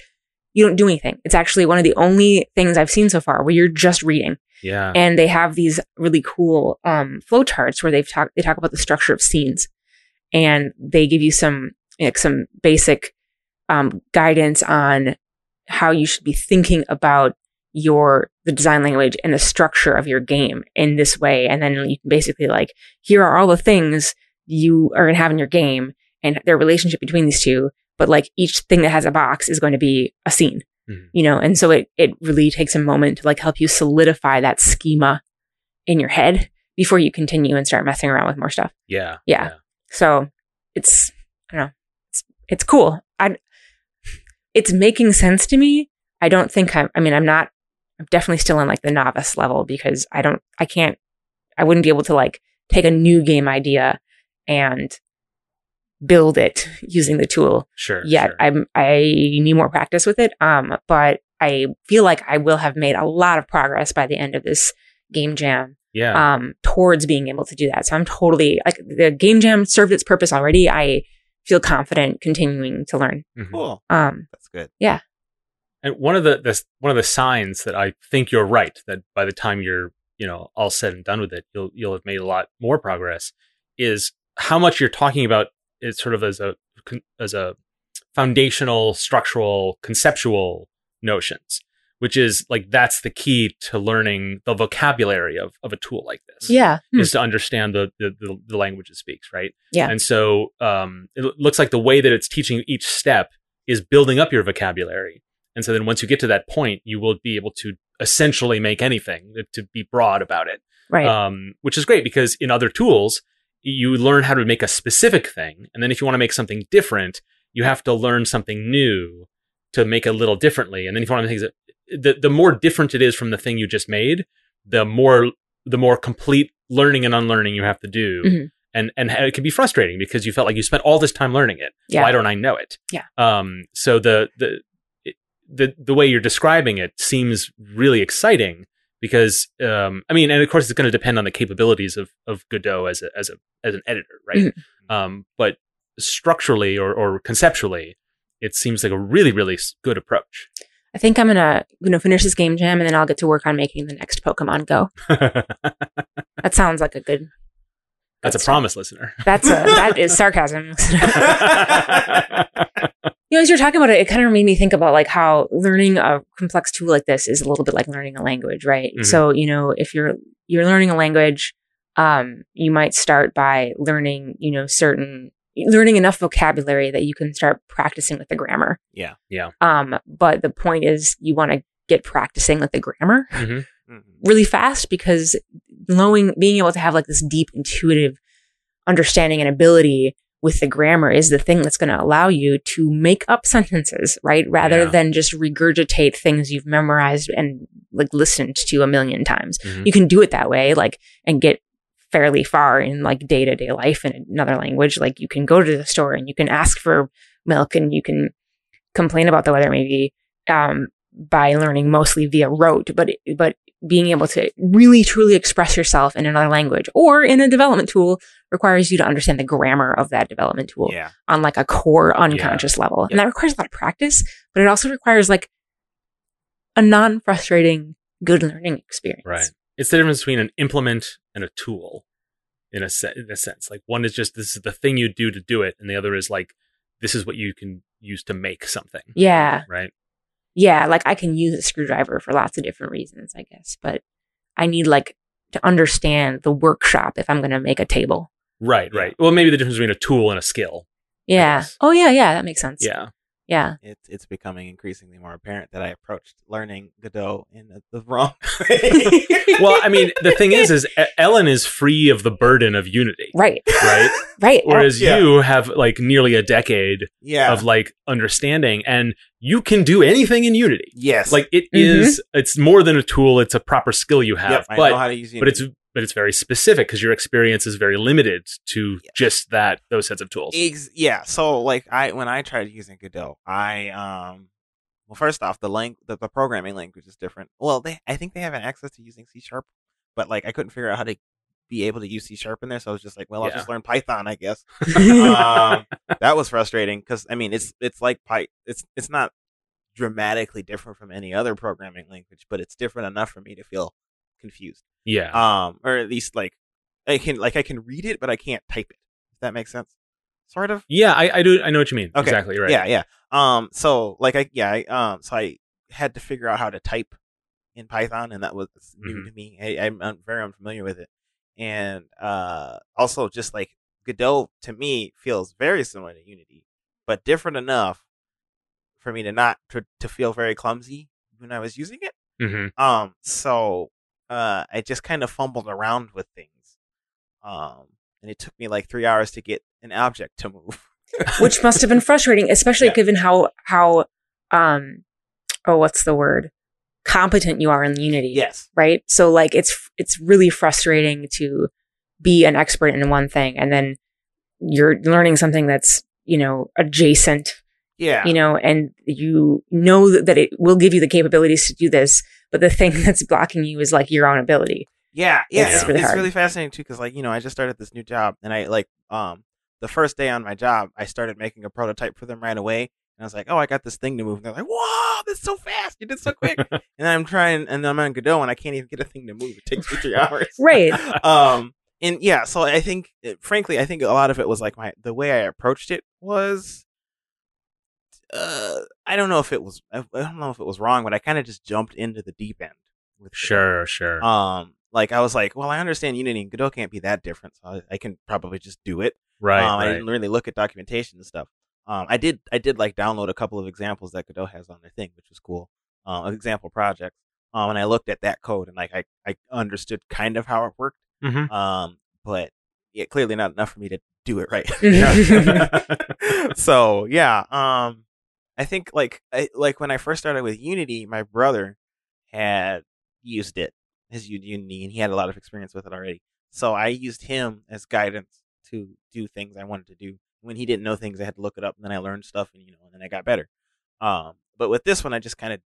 Speaker 2: you don't do anything. It's actually one of the only things I've seen so far where you're just reading.
Speaker 3: Yeah.
Speaker 2: And they have these really cool um, flow charts where they've talk- they talk about the structure of scenes, and they give you some like some basic um, guidance on how you should be thinking about your the design language and the structure of your game in this way. And then you can basically like here are all the things you are going to have in your game and their relationship between these two. But like each thing that has a box is going to be a scene you know and so it it really takes a moment to like help you solidify that schema in your head before you continue and start messing around with more stuff
Speaker 3: yeah.
Speaker 2: yeah. so it's i don't know it's it's cool i it's making sense to me i don't think i'm i mean i'm not i'm definitely still in like the novice level because i don't i can't i wouldn't be able to like take a new game idea and build it using the tool
Speaker 3: Sure.
Speaker 2: yet
Speaker 3: sure.
Speaker 2: i'm i need more practice with it um but i feel like i will have made a lot of progress by the end of this game jam
Speaker 3: yeah.
Speaker 2: um towards being able to do that so i'm totally like the game jam served its purpose already i feel confident continuing to learn
Speaker 3: Mhm.
Speaker 1: Cool.
Speaker 2: um
Speaker 1: That's good.
Speaker 3: And one of the this one of the signs that I think you're right that by the time you're you know all said and done with it, you'll you'll have made a lot more progress. Is how much you're talking about it sort of as a con- as a foundational, structural, conceptual notions, which is like that's the key to learning the vocabulary of of a tool like this
Speaker 2: Yeah. Hmm.
Speaker 3: is to understand the, the the the language it speaks, right?
Speaker 2: Yeah.
Speaker 3: And so um, it lo- looks like the way that it's teaching each step is building up your vocabulary, and so then once you get to that point, you will be able to essentially make anything uh, to be broad about it,
Speaker 2: Right.
Speaker 3: um, which is great because in other tools you learn how to make a specific thing, and then if you want to make something different, you have to learn something new to make it a little differently, and then if you want to make it, the the more different it is from the thing you just made, the more the more complete learning and unlearning you have to do.
Speaker 2: Mhm.
Speaker 3: And and it can be frustrating because you felt like you spent all this time learning it.
Speaker 2: Yeah.
Speaker 3: Why don't I know it?
Speaker 2: Yeah.
Speaker 3: Um. So the the it- the the way you're describing it seems really exciting because um. I mean, and of course, it's going to depend on the capabilities of of Godot as a as a as an editor, right? Um. But structurally or or conceptually, it seems like a really really s- good approach.
Speaker 2: I think I'm gonna you know finish this game jam and then I'll get to work on making the next Pokemon Go. That sounds like a good.
Speaker 3: That's a
Speaker 2: That's-
Speaker 3: promise, listener.
Speaker 2: That's a that is sarcasm. You know, as you're talking about it, it kind of made me think about like how learning a complex tool like this is a little bit like learning a language, right?
Speaker 3: Mhm.
Speaker 2: So, you know, if you're you're learning a language, um, you might start by learning, you know, certain learning enough vocabulary that you can start practicing with the grammar.
Speaker 1: Yeah.
Speaker 3: Yeah.
Speaker 2: Um, but the point is you want to get practicing with the grammar
Speaker 3: Mhm.
Speaker 1: Mhm.
Speaker 2: really fast because knowing being able to have like this deep intuitive understanding and ability with the grammar is the thing that's going to allow you to make up sentences right rather
Speaker 3: Yeah.
Speaker 2: than just regurgitate things you've memorized and like listened to a million times
Speaker 3: Mhm.
Speaker 2: you can do it that way like and get fairly far in like day-to-day life in another language like you can go to the store and you can ask for milk and you can complain about the weather maybe um, by learning mostly via rote but but being able to really truly express yourself in another language or in a development tool requires you to understand the grammar of that development tool
Speaker 1: Yeah.
Speaker 2: on like a core unconscious level. And
Speaker 3: Yeah.
Speaker 2: that requires a lot of practice, but it also requires like a non frustrating good learning experience.
Speaker 3: Right. It's the difference between an implement and a tool, in a, se- in a sense. Like one is just this is the thing you do to do it, and the other is like this is what you can use to make something.
Speaker 2: Yeah.
Speaker 3: Right.
Speaker 2: Yeah. Like I can use a screwdriver for lots of different reasons, I guess, but I need like to understand the workshop if I'm going to make a table.
Speaker 3: Right. Right. Well, maybe the difference between a tool and a skill.
Speaker 2: Yeah.
Speaker 3: guess.
Speaker 2: Oh, yeah. Yeah. That makes sense.
Speaker 3: Yeah.
Speaker 2: Yeah.
Speaker 1: It's it's becoming increasingly more apparent that I approached learning Godot in the, the wrong way.
Speaker 2: well,
Speaker 3: Well, I mean, the thing is, is E- Ellen is free of the burden of unity,
Speaker 2: right.
Speaker 3: right?
Speaker 2: Right.
Speaker 3: Whereas
Speaker 1: Yeah.
Speaker 3: you have like nearly a decade
Speaker 1: yeah.
Speaker 3: of like understanding, and you can do anything in Unity.
Speaker 1: yes.
Speaker 3: like it
Speaker 2: Mhm.
Speaker 3: is- it's more than a tool it's a proper skill you
Speaker 1: Mm-hmm.
Speaker 3: have
Speaker 1: yep, I know
Speaker 3: but
Speaker 1: how to use
Speaker 3: but it's
Speaker 1: Unity.
Speaker 3: but it's very specific because your experience is very limited to
Speaker 1: Yeah.
Speaker 3: just that those sets of tools
Speaker 1: Ex- yeah. So like I when I tried using Godot, I um well first off the lang- the, the programming language is different. Well, they I think they have an access to using C sharp, but like I couldn't figure out how to be able to use C sharp in there, so I was just like, well, I'll
Speaker 3: Yeah.
Speaker 1: just learn Python, I guess. um, that was frustrating because I mean it's it's like Py- it's it's not dramatically different from any other programming language, but it's different enough for me to feel confused.
Speaker 3: yeah
Speaker 1: Um, or at least like I can like I can read it, but I can't type it. If that makes sense, sort of.
Speaker 3: yeah I, I do i know what you mean
Speaker 1: Okay.
Speaker 3: exactly right
Speaker 1: Yeah, yeah. Um, so like I yeah, I, um, so I had to figure out how to type in Python, and that was new to me. I, I'm un- very unfamiliar with it, and uh, also just like Godot to me feels very similar to Unity, but different enough for me to not to, to feel very clumsy when I was using it.
Speaker 3: hmm
Speaker 1: Um, so uh, I just kind of fumbled around with things. Um, and it took me like three hours to get an object to move.
Speaker 2: which must have been frustrating, especially
Speaker 1: Yeah.
Speaker 2: given how how um oh what's the word competent you are in Unity,
Speaker 1: Yes.
Speaker 2: right? So like it's it's really frustrating to be an expert in one thing and then you're learning something that's you know adjacent,
Speaker 1: Yeah.
Speaker 2: you know, and you know th- that it will give you the capabilities to do this, but the thing that's blocking you is like your own ability.
Speaker 1: Yeah, yeah,
Speaker 3: It's
Speaker 1: it's,
Speaker 2: really
Speaker 1: it's
Speaker 2: hard.
Speaker 1: really fascinating too because like you know I just started this new job and I like um the first day on my job I started making a prototype for them right away and I was like oh I got this thing to move and they're like wow that's so fast you did so quick and I'm trying and I'm on Godot and I can't even get a thing to move it takes me three hours
Speaker 2: Right.
Speaker 1: um and yeah so I think frankly I think a lot of it was like my the way I approached it was uh, I don't know if it was I I don't know if it was wrong, but I kind of just jumped into the deep end. With the
Speaker 3: Sure, sure.
Speaker 1: Um, like I was like, well, I understand Unity and Godot can't be that different, so I, I can probably just do it.
Speaker 3: right,
Speaker 1: um, I
Speaker 3: right.
Speaker 1: didn't really look at documentation and stuff. Um, I did I did like download a couple of examples that Godot has on their thing, which was cool. Um, example projects. Um, and I looked at that code and like I, I understood kind of how it worked.
Speaker 3: Mhm.
Speaker 1: Um, but yeah, clearly not enough for me to do it right.
Speaker 2: Mm-hmm.
Speaker 3: Yeah.
Speaker 1: so yeah, um, I think like I, like when I first started with Unity, my brother had used it his U- Unity, and he had a lot of experience with it already. So I used him as guidance to do things I wanted to do. When he didn't know things, I had to look it up, and then I learned stuff, and you know, and then I got better. Um, but with this one, I just kind of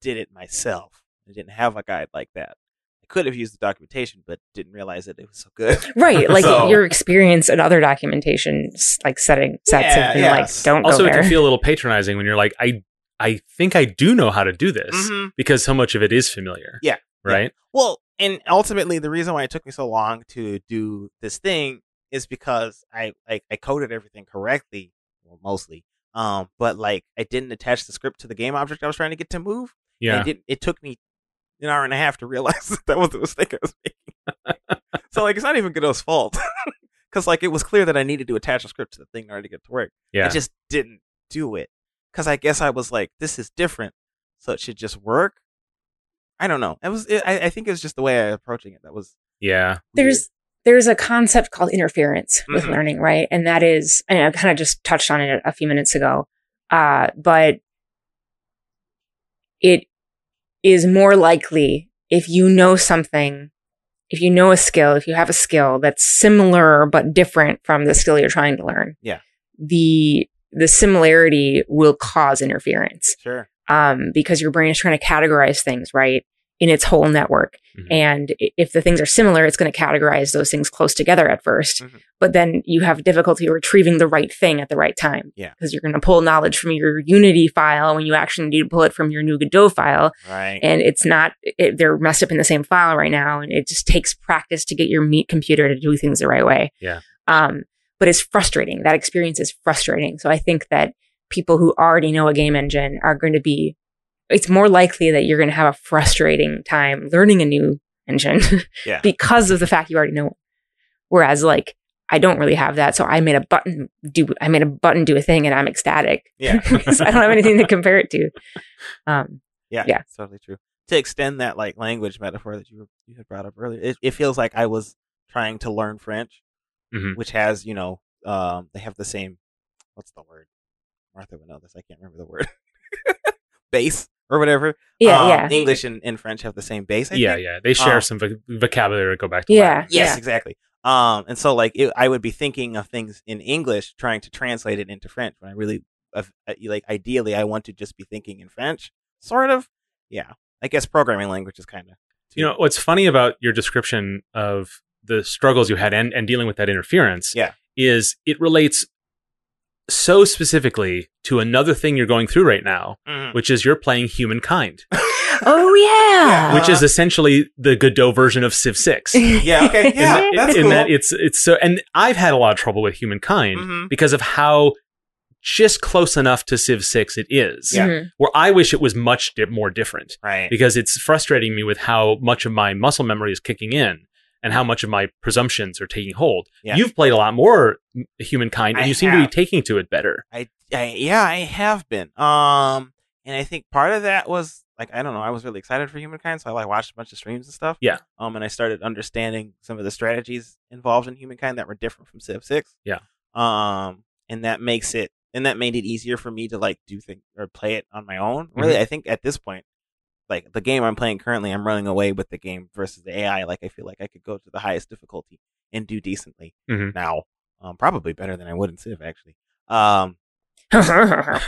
Speaker 1: did it myself. I didn't have a guide like that. I could have used the documentation, but didn't realize that it was so good.
Speaker 2: Right, like
Speaker 1: So-
Speaker 2: your experience and other documentation, s- like setting sets,
Speaker 1: Yeah,
Speaker 2: have been
Speaker 1: yeah.
Speaker 2: like don't
Speaker 3: also,
Speaker 2: go
Speaker 3: it
Speaker 2: there.
Speaker 3: can feel a little patronizing when you're like, I, I think I do know how to do this
Speaker 1: Mhm.
Speaker 3: because so much of it is familiar.
Speaker 1: Yeah, yeah.
Speaker 3: Right.
Speaker 1: Well, and ultimately, the reason why it took me so long to do this thing is because I like I coded everything correctly, well, mostly. Um, but like I didn't attach the script to the game object I was trying to get to move. and
Speaker 3: Yeah.
Speaker 1: It, didn't, it took me an hour and a half to realize that, that was the mistake I was making. so like, it's not even Godot's fault because like it was clear that I needed to attach a script to the thing in order to get to work. I
Speaker 3: Yeah.
Speaker 1: just didn't do it because I guess I was like, this is different, so it should just work. I don't know. It was. It, I, I think it was just the way I was approaching it that was.
Speaker 3: yeah.
Speaker 2: there's there's a concept called interference with
Speaker 1: Mhm.
Speaker 2: learning, right? And that is, and I kind of just touched on it a few minutes ago, uh, but it is more likely if you know something, if you know a skill, if you have a skill that's similar but different from the skill you're trying to learn.
Speaker 1: Yeah.
Speaker 2: The the similarity will cause interference
Speaker 1: Sure.
Speaker 2: um, because your brain is trying to categorize things right in its whole network.
Speaker 3: Mhm.
Speaker 2: And i- if the things are similar, it's going to categorize those things close together at 1st
Speaker 1: Mhm.
Speaker 2: but then you have difficulty retrieving the right thing at the right time.
Speaker 1: Yeah.
Speaker 2: because you're going to pull knowledge from your Unity file when you actually need to pull it from your new Godot file,
Speaker 1: Right.
Speaker 2: and it's not it, they're messed up in the same file right now, and it just takes practice to get your meat computer to do things the right way.
Speaker 3: Yeah.
Speaker 2: Um, but it's frustrating. That experience is frustrating. So I think that people who already know a game engine are going to be. It's more likely that you're going to have a frustrating time learning a new engine
Speaker 1: Yeah.
Speaker 2: because of the fact you already know. it. Whereas, like, I don't really have that, so I made a button do. I made a button do a thing, and I'm ecstatic.
Speaker 1: Yeah.
Speaker 2: 'Cause I don't have anything to compare it to. Um,
Speaker 1: Yeah,
Speaker 2: Yeah.
Speaker 1: it's totally true. To extend that like language metaphor that you were, you had brought up earlier, it, it feels like I was trying to learn French,
Speaker 3: Mhm.
Speaker 1: which has you know um, they have the same what's the word? Martha would know this. I can't remember the word. base or whatever.
Speaker 2: yeah,
Speaker 1: Um,
Speaker 2: yeah,
Speaker 1: English and, and French have the same base. I
Speaker 3: yeah.
Speaker 1: think.
Speaker 3: Yeah. They share
Speaker 1: Um,
Speaker 3: some voc vocabulary to go back to.
Speaker 2: Yeah.
Speaker 3: Latin.
Speaker 1: Yes, exactly. Um, and so like it, I would be thinking of things in English, trying to translate it into French. When I really, of- uh, like, ideally, I want to just be thinking in French, sort of. Yeah, I guess programming language is kind of.
Speaker 3: You know what's funny about your description of the struggles you had and, and dealing with that interference
Speaker 1: Yeah.
Speaker 3: is it relates so specifically to another thing you're going through right now,
Speaker 1: Mm.
Speaker 3: which is you're playing humankind,
Speaker 2: Oh yeah.
Speaker 3: which
Speaker 1: Uh-huh.
Speaker 3: is essentially the Godot version of Civ Six.
Speaker 1: Yeah. Okay.
Speaker 3: in,
Speaker 1: Yeah.
Speaker 3: that-
Speaker 1: that's
Speaker 3: in
Speaker 1: cool.
Speaker 3: that it's it's so and I've had a lot of trouble with humankind
Speaker 1: Mhm.
Speaker 3: because of how just close enough to Civ Six it is.
Speaker 1: Yeah.
Speaker 2: Mhm.
Speaker 3: Where I wish it was much di- more different
Speaker 1: right.
Speaker 3: because it's frustrating me with how much of my muscle memory is kicking in and how much of my presumptions are taking hold.
Speaker 1: Yeah.
Speaker 3: You've played a lot more m- humankind, and
Speaker 1: I
Speaker 3: you seem to
Speaker 1: have.
Speaker 3: be taking to it better.
Speaker 1: I, I. Yeah, I have been. Um, and I think part of that was like I don't know. I was really excited for humankind, so I like watched a bunch of streams and stuff.
Speaker 3: Yeah.
Speaker 1: Um, and I started understanding some of the strategies involved in humankind that were different from Civ Six.
Speaker 3: Yeah.
Speaker 1: Um, and that makes it, and that made it easier for me to like do things or play it on my own. Really,
Speaker 3: Mm-hmm.
Speaker 1: I think at this point. Like the game I'm playing currently, I'm running away with the game versus the AI. Like I feel like I could go to the highest difficulty and do decently
Speaker 3: Mhm.
Speaker 1: now, um, probably better than I would in Civ actually. Um,
Speaker 2: oh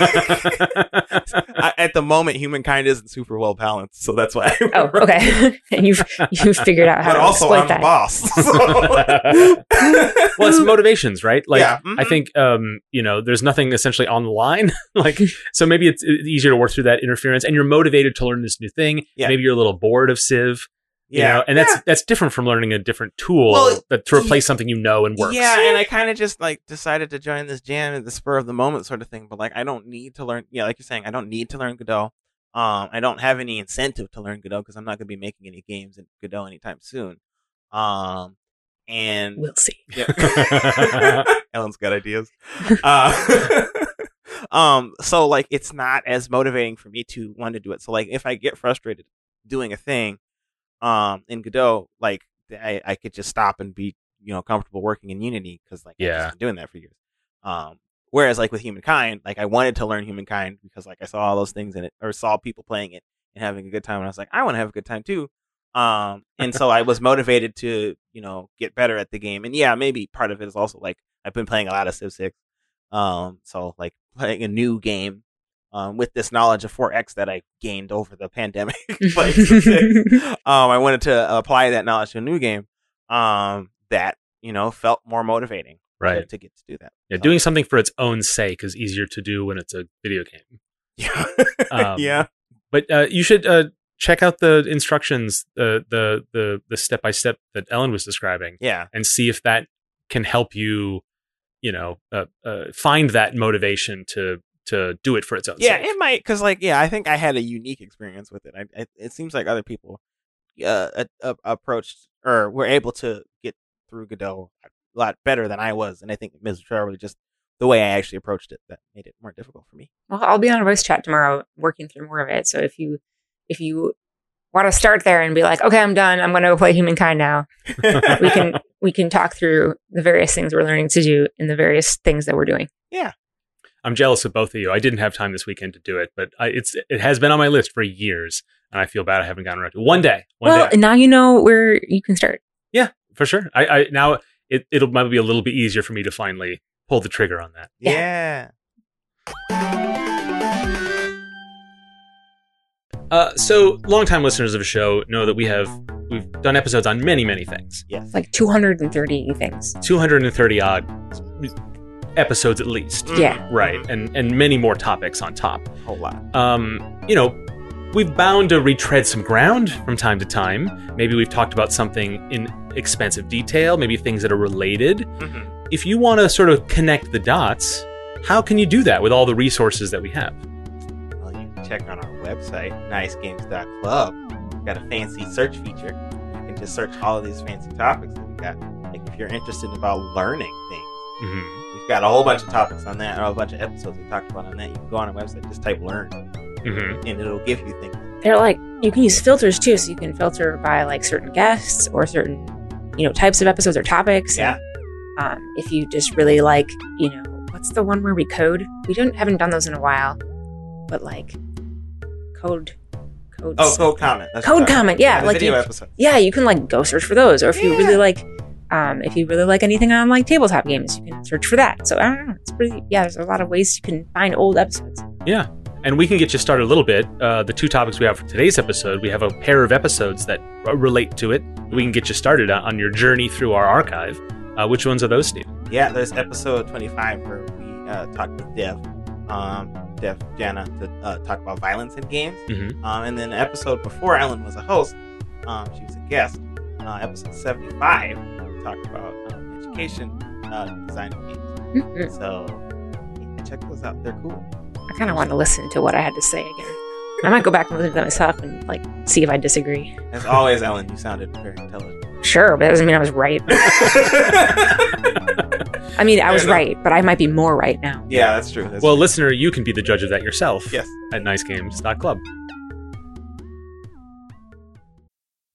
Speaker 1: no. I, at the moment, humankind isn't super well balanced, so that's why. I
Speaker 2: Oh, okay. and you've you figured out how
Speaker 1: But
Speaker 2: to
Speaker 1: also,
Speaker 2: exploit
Speaker 1: I'm
Speaker 2: that.
Speaker 1: the boss.
Speaker 3: Well, it's
Speaker 1: So.
Speaker 3: motivations, right? Like
Speaker 1: Yeah. Mhm.
Speaker 3: I think um, you know, there's nothing essentially on the line. like so maybe it's, it's easier to work through that interference and you're motivated to learn this new thing.
Speaker 1: Yeah.
Speaker 3: Maybe you're a little bored of Civ. You know, and that's that's different from learning a different tool
Speaker 1: Well,
Speaker 3: that to replace something you know and works.
Speaker 1: Yeah, and I kind of just like decided to join this jam at the spur of the moment sort of thing. But like, I don't need to learn. Yeah, like you're saying, I don't need to learn Godot. Um, I don't have any incentive to learn Godot because I'm not going to be making any games in Godot anytime soon. Um, and
Speaker 2: We'll see.
Speaker 1: yeah. Ellen's got ideas. Uh, um, so like it's not as motivating for me to want to do it. So like if I get frustrated doing a thing, um, in Godot, like I, I could just stop and be you know comfortable working in Unity because like I've
Speaker 3: Yeah.
Speaker 1: just been doing that for years. Um, whereas like with Humankind, like I wanted to learn Humankind because like I saw all those things in it or saw people playing it and having a good time, and I was like, I want to have a good time too. Um, and so I was motivated to, you know, get better at the game. And yeah, maybe part of it is also like I've been playing a lot of Civ Six, um, so like playing a new game, um, with this knowledge of 4X that I gained over the pandemic, playing Civ 6, um, I wanted to apply that knowledge to a new game, um, that you know felt more motivating to-
Speaker 3: Right.
Speaker 1: to, get to do that.
Speaker 3: Yeah, doing something for its own sake is easier to do when it's a video game.
Speaker 1: yeah,
Speaker 3: Um,
Speaker 1: yeah,
Speaker 3: But uh, you should uh, check out the instructions, uh, the the the step by step that Ellen was describing,
Speaker 1: yeah,
Speaker 3: and see if that can help you, you know, uh, uh, find that motivation to to do it for its own
Speaker 1: yeah.
Speaker 3: sake.
Speaker 1: It might because like yeah, I think I had a unique experience with it. I, it, it seems like other people uh, a, a, approached or were able to get through Godot a lot better than I was, and I think miserably just the way I actually approached it that made it more difficult for me.
Speaker 2: Well, I'll be on a voice chat tomorrow working through more of it. So if you if you want to start there and be like, okay, I'm done. I'm going to go play Humankind now. We can we can talk through the various things we're learning to do and the various things that we're doing.
Speaker 3: I'm jealous of both of you. I didn't have time this weekend to do it, but I, it's it has been on my list for years, and I feel bad I haven't gotten around to it. One day, one
Speaker 2: well,
Speaker 3: day.
Speaker 2: now you know where you can start.
Speaker 3: for sure. I, I now it it'll might be a little bit easier for me to finally pull the trigger on that.
Speaker 2: Yeah.
Speaker 1: yeah.
Speaker 3: Uh, so longtime listeners of the show know that we have we've done episodes on many many things,
Speaker 1: Yes.
Speaker 2: Like 230 things.
Speaker 3: 230 odd episodes at least,
Speaker 1: Mm-hmm.
Speaker 2: Yeah.
Speaker 3: right? And and many more topics on top.
Speaker 1: Mm. A whole lot.
Speaker 3: um, you know, we've bound to retread some ground from time to time. Maybe we've talked about something in expensive detail, maybe things that are related. If you want to sort of connect the dots, how can you do that with all the resources that we have?
Speaker 1: Well, you can check on our website, nicegames.club. Got a fancy search feature. You can just search all of these fancy topics that we got. Like if you're interested about learning things,
Speaker 3: hmm
Speaker 1: we've got a whole bunch of topics on that, or a bunch of episodes we talked about on that. You can go on our website, just type learn,
Speaker 3: hmm
Speaker 1: and it'll give you things.
Speaker 2: They're like you can use filters too, so you can filter by like certain guests or certain you know types of episodes or topics.
Speaker 1: Yeah.
Speaker 2: Um, if you just really like, you know, what's the one where we code? We don't haven't done those in a while, but like code, codes.
Speaker 1: Oh, code comment. That's
Speaker 2: Code
Speaker 1: what I'm-
Speaker 2: comment, yeah,
Speaker 1: The
Speaker 2: like
Speaker 1: video
Speaker 2: you-
Speaker 1: episode.
Speaker 2: yeah, you can like go search for those, or if you
Speaker 1: Yeah.
Speaker 2: really like, um, if you really like anything on like tabletop games, you can search for that. So I don't know, it's pretty. Yeah, there's a lot of ways you can find old episodes.
Speaker 3: And we can get you started a little bit. Uh, the two topics we have for today's episode, we have a pair of episodes that r- relate to it. We can get you started on, on your journey through our archive. Uh, which ones are those, Steve?
Speaker 1: Yeah, there's episode 25 where we uh, talked with Dev, um, Dev Jana, to uh, talk about violence in games.
Speaker 3: Mhm.
Speaker 1: Um, and then the episode before Ellen was a host, um, she was a guest. Uh, episode 75, we talked about um, education, uh, design of games.
Speaker 2: Mm-mm.
Speaker 1: So yeah, check those out. They're cool.
Speaker 2: I kind of want to listen to what I had to say again. I might go back and listen to that myself and like see if I disagree.
Speaker 1: As always, Ellen, you sounded very intelligent.
Speaker 2: Sure, but that doesn't mean I was right. I mean, I
Speaker 1: Fair
Speaker 2: was
Speaker 1: enough.
Speaker 2: right, but I might be more right now.
Speaker 1: yeah, that's true. That's
Speaker 3: Well, listener, you can be the judge of that yourself
Speaker 1: Yes.
Speaker 3: at nicegames.club.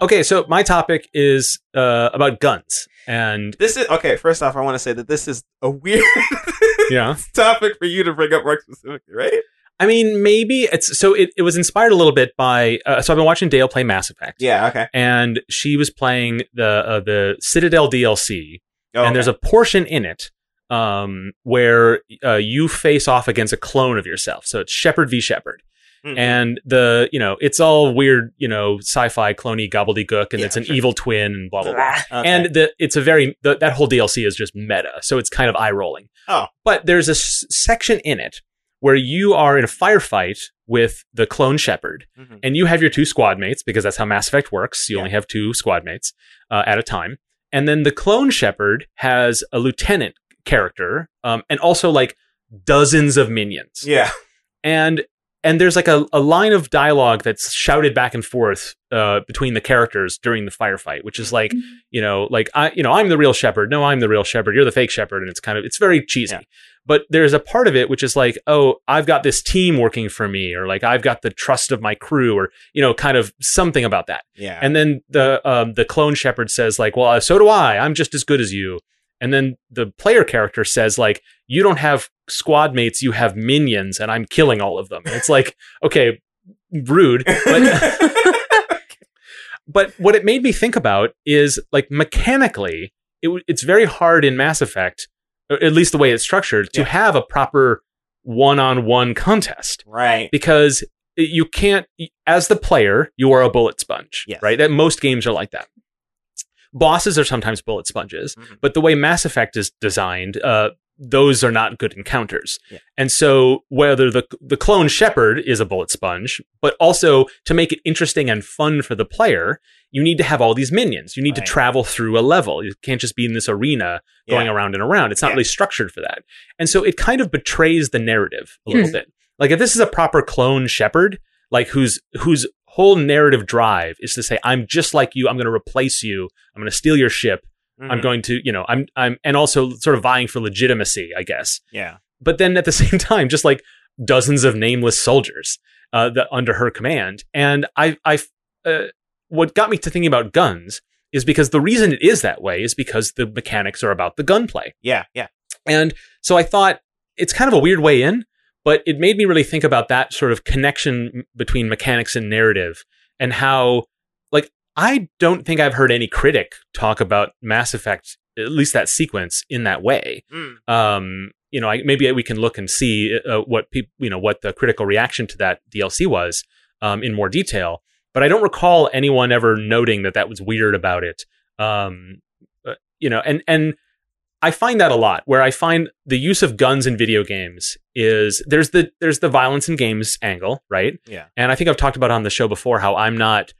Speaker 3: Okay, so my topic is uh, about guns, and
Speaker 1: This is okay. First off, I want to say that this is a weird
Speaker 3: yeah,
Speaker 1: topic for you to bring up, work specifically, right?
Speaker 3: I mean maybe it's so it, it was inspired a little bit by uh, so I've been watching Dale play Mass Effect,
Speaker 1: Yeah. Okay.
Speaker 3: and she was playing the uh, the Citadel DLC,
Speaker 1: Oh,
Speaker 3: and there's a portion in it um, where uh, you face off against a clone of yourself. So it's Shepard v. Shepard,
Speaker 1: Mhm.
Speaker 3: and the you know it's all weird, you know, sci-fi clony gobbledygook, and
Speaker 1: Yeah,
Speaker 3: it's an
Speaker 1: sure.
Speaker 3: evil twin and blah blah blah.
Speaker 2: Ah,
Speaker 1: Hmm. Okay.
Speaker 3: And the it's a very the, that whole DLC is just meta, so it's kind of eye rolling.
Speaker 1: Oh.
Speaker 3: but there's a s- section in it where you are in a firefight with the clone Shepard
Speaker 1: Mhm.
Speaker 3: and you have your two squad mates because that's how Mass Effect works. You
Speaker 1: Yeah.
Speaker 3: only have two squad mates uh, at a time, and then the clone Shepherd has a lieutenant character, um, and also like dozens of minions,
Speaker 1: yeah.
Speaker 3: and and there's like a, a line of dialogue that's shouted back and forth uh, between the characters during the firefight, which is like you know like I you know I'm the real Shepherd, no I'm the real Shepherd, you're the fake Shepherd, and it's kind of it's very cheesy.
Speaker 1: Yeah.
Speaker 3: But there's a part of it which is like, oh, I've got this team working for me, or like I've got the trust of my crew, or you know, kind of something about that.
Speaker 1: Yeah.
Speaker 3: And then the um, the clone shepherd says like, "Well, uh, so do I. I'm just as good as you." And then the player character says like, "You don't have squad mates. You have minions, and I'm killing all of them." And it's like, okay, rude. But but what it made me think about is like mechanically, it, w- it's very hard in Mass Effect, or at least the way it's structured, to
Speaker 1: Yeah.
Speaker 3: have a proper one-on-one contest
Speaker 1: right.
Speaker 3: because you can't as the player you are a bullet sponge
Speaker 1: Yes.
Speaker 3: right that most games are like that bosses are sometimes bullet sponges
Speaker 1: Mhm.
Speaker 3: but the way mass effect is designed uh, those are not good encounters
Speaker 1: Yeah.
Speaker 3: and so whether the the clone shepherd is a bullet sponge but also to make it interesting and fun for the player you need to have all these minions you need
Speaker 1: Right.
Speaker 3: to travel through a level you can't just be in this arena going
Speaker 1: yeah.
Speaker 3: around and around. It's not
Speaker 1: Yeah.
Speaker 3: really structured for that. And so it kind of betrays the narrative a little
Speaker 2: Mhm.
Speaker 3: bit. Like if this is a proper clone shepherd, like whose whose whole narrative drive is to say, I'm just like you, I'm gonna replace you, I'm gonna steal your ship, I'm
Speaker 1: Mhm.
Speaker 3: going to, you know, I'm I'm and also sort of vying for legitimacy, I guess.
Speaker 1: Yeah.
Speaker 3: But then at the same time, just like dozens of nameless soldiers uh, that under her command. And I, I, uh, what got me to thinking about guns is because the reason it is that way is because the mechanics are about the gunplay.
Speaker 1: Yeah. Yeah.
Speaker 3: And so I thought it's kind of a weird way in, but it made me really think about that sort of connection m- between mechanics and narrative and how, like, I don't think I've heard any critic talk about Mass Effect, at least that sequence, in that way.
Speaker 1: Mm.
Speaker 3: Um, you know, I, maybe we can look and see uh, what people, you know, what the critical reaction to that DLC was um, in more detail. But I don't recall anyone ever noting that that was weird about it. Um, uh, you know, and and I find that a lot where I find the use of guns in video games is there's the there's the violence in games angle, right?
Speaker 1: Yeah.
Speaker 3: And I think I've talked about on the show before how I'm not